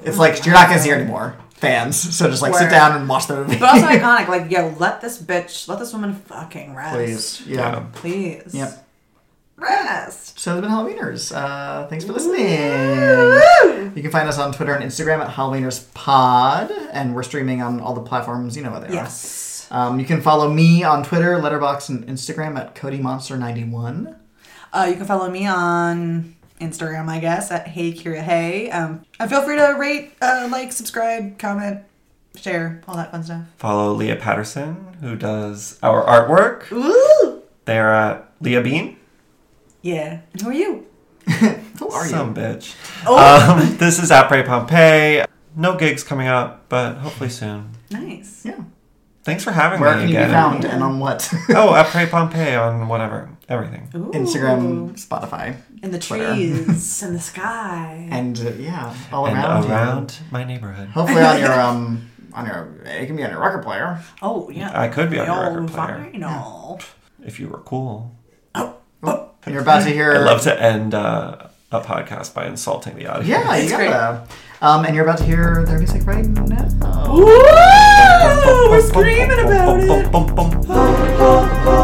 it's like you're not gonna see her anymore, fans. So just like sit Word. down and watch the movie. But also iconic. Like, yo, let this bitch, let this woman fucking rest. Please, yeah. Yeah. Please. Yep. Rest. So it's been Halloweeners. Uh, thanks for listening. Woo! You can find us on Twitter and Instagram at Halloweeners Pod, and we're streaming on all the platforms. You know what they Yes. are. Um, you can follow me on Twitter, Letterbox, and Instagram at CodyMonster91. Uh, you can follow me on Instagram, I guess, at Hey Kira Hey. Um, and feel free to rate, uh, like, subscribe, comment, share, all that fun stuff. Follow Leah Patterson, who does our artwork. Woo! They're at Leah Bean. Yeah. And who are you? Who are you? Some bitch. Oh, Um, this is at Prey Pompeii. No gigs coming up, but hopefully soon. nice. Yeah. Thanks for having Where me can you be again. found and on what? Oh, at Prey Pompeii on whatever, everything. Ooh. Instagram, Spotify, In the Twitter. trees, in the sky. and uh, yeah, all And around, you. around my neighborhood. Hopefully on your um on your it can be on your record player. Oh, yeah. I could be on Yo, your record player vinyl. if you were cool. And you're about to hear. I love to end uh, a podcast by insulting the audience. Yeah, you It's great. gotta. Um, and you're about to hear their music right now. Woo! We're screaming about it. it.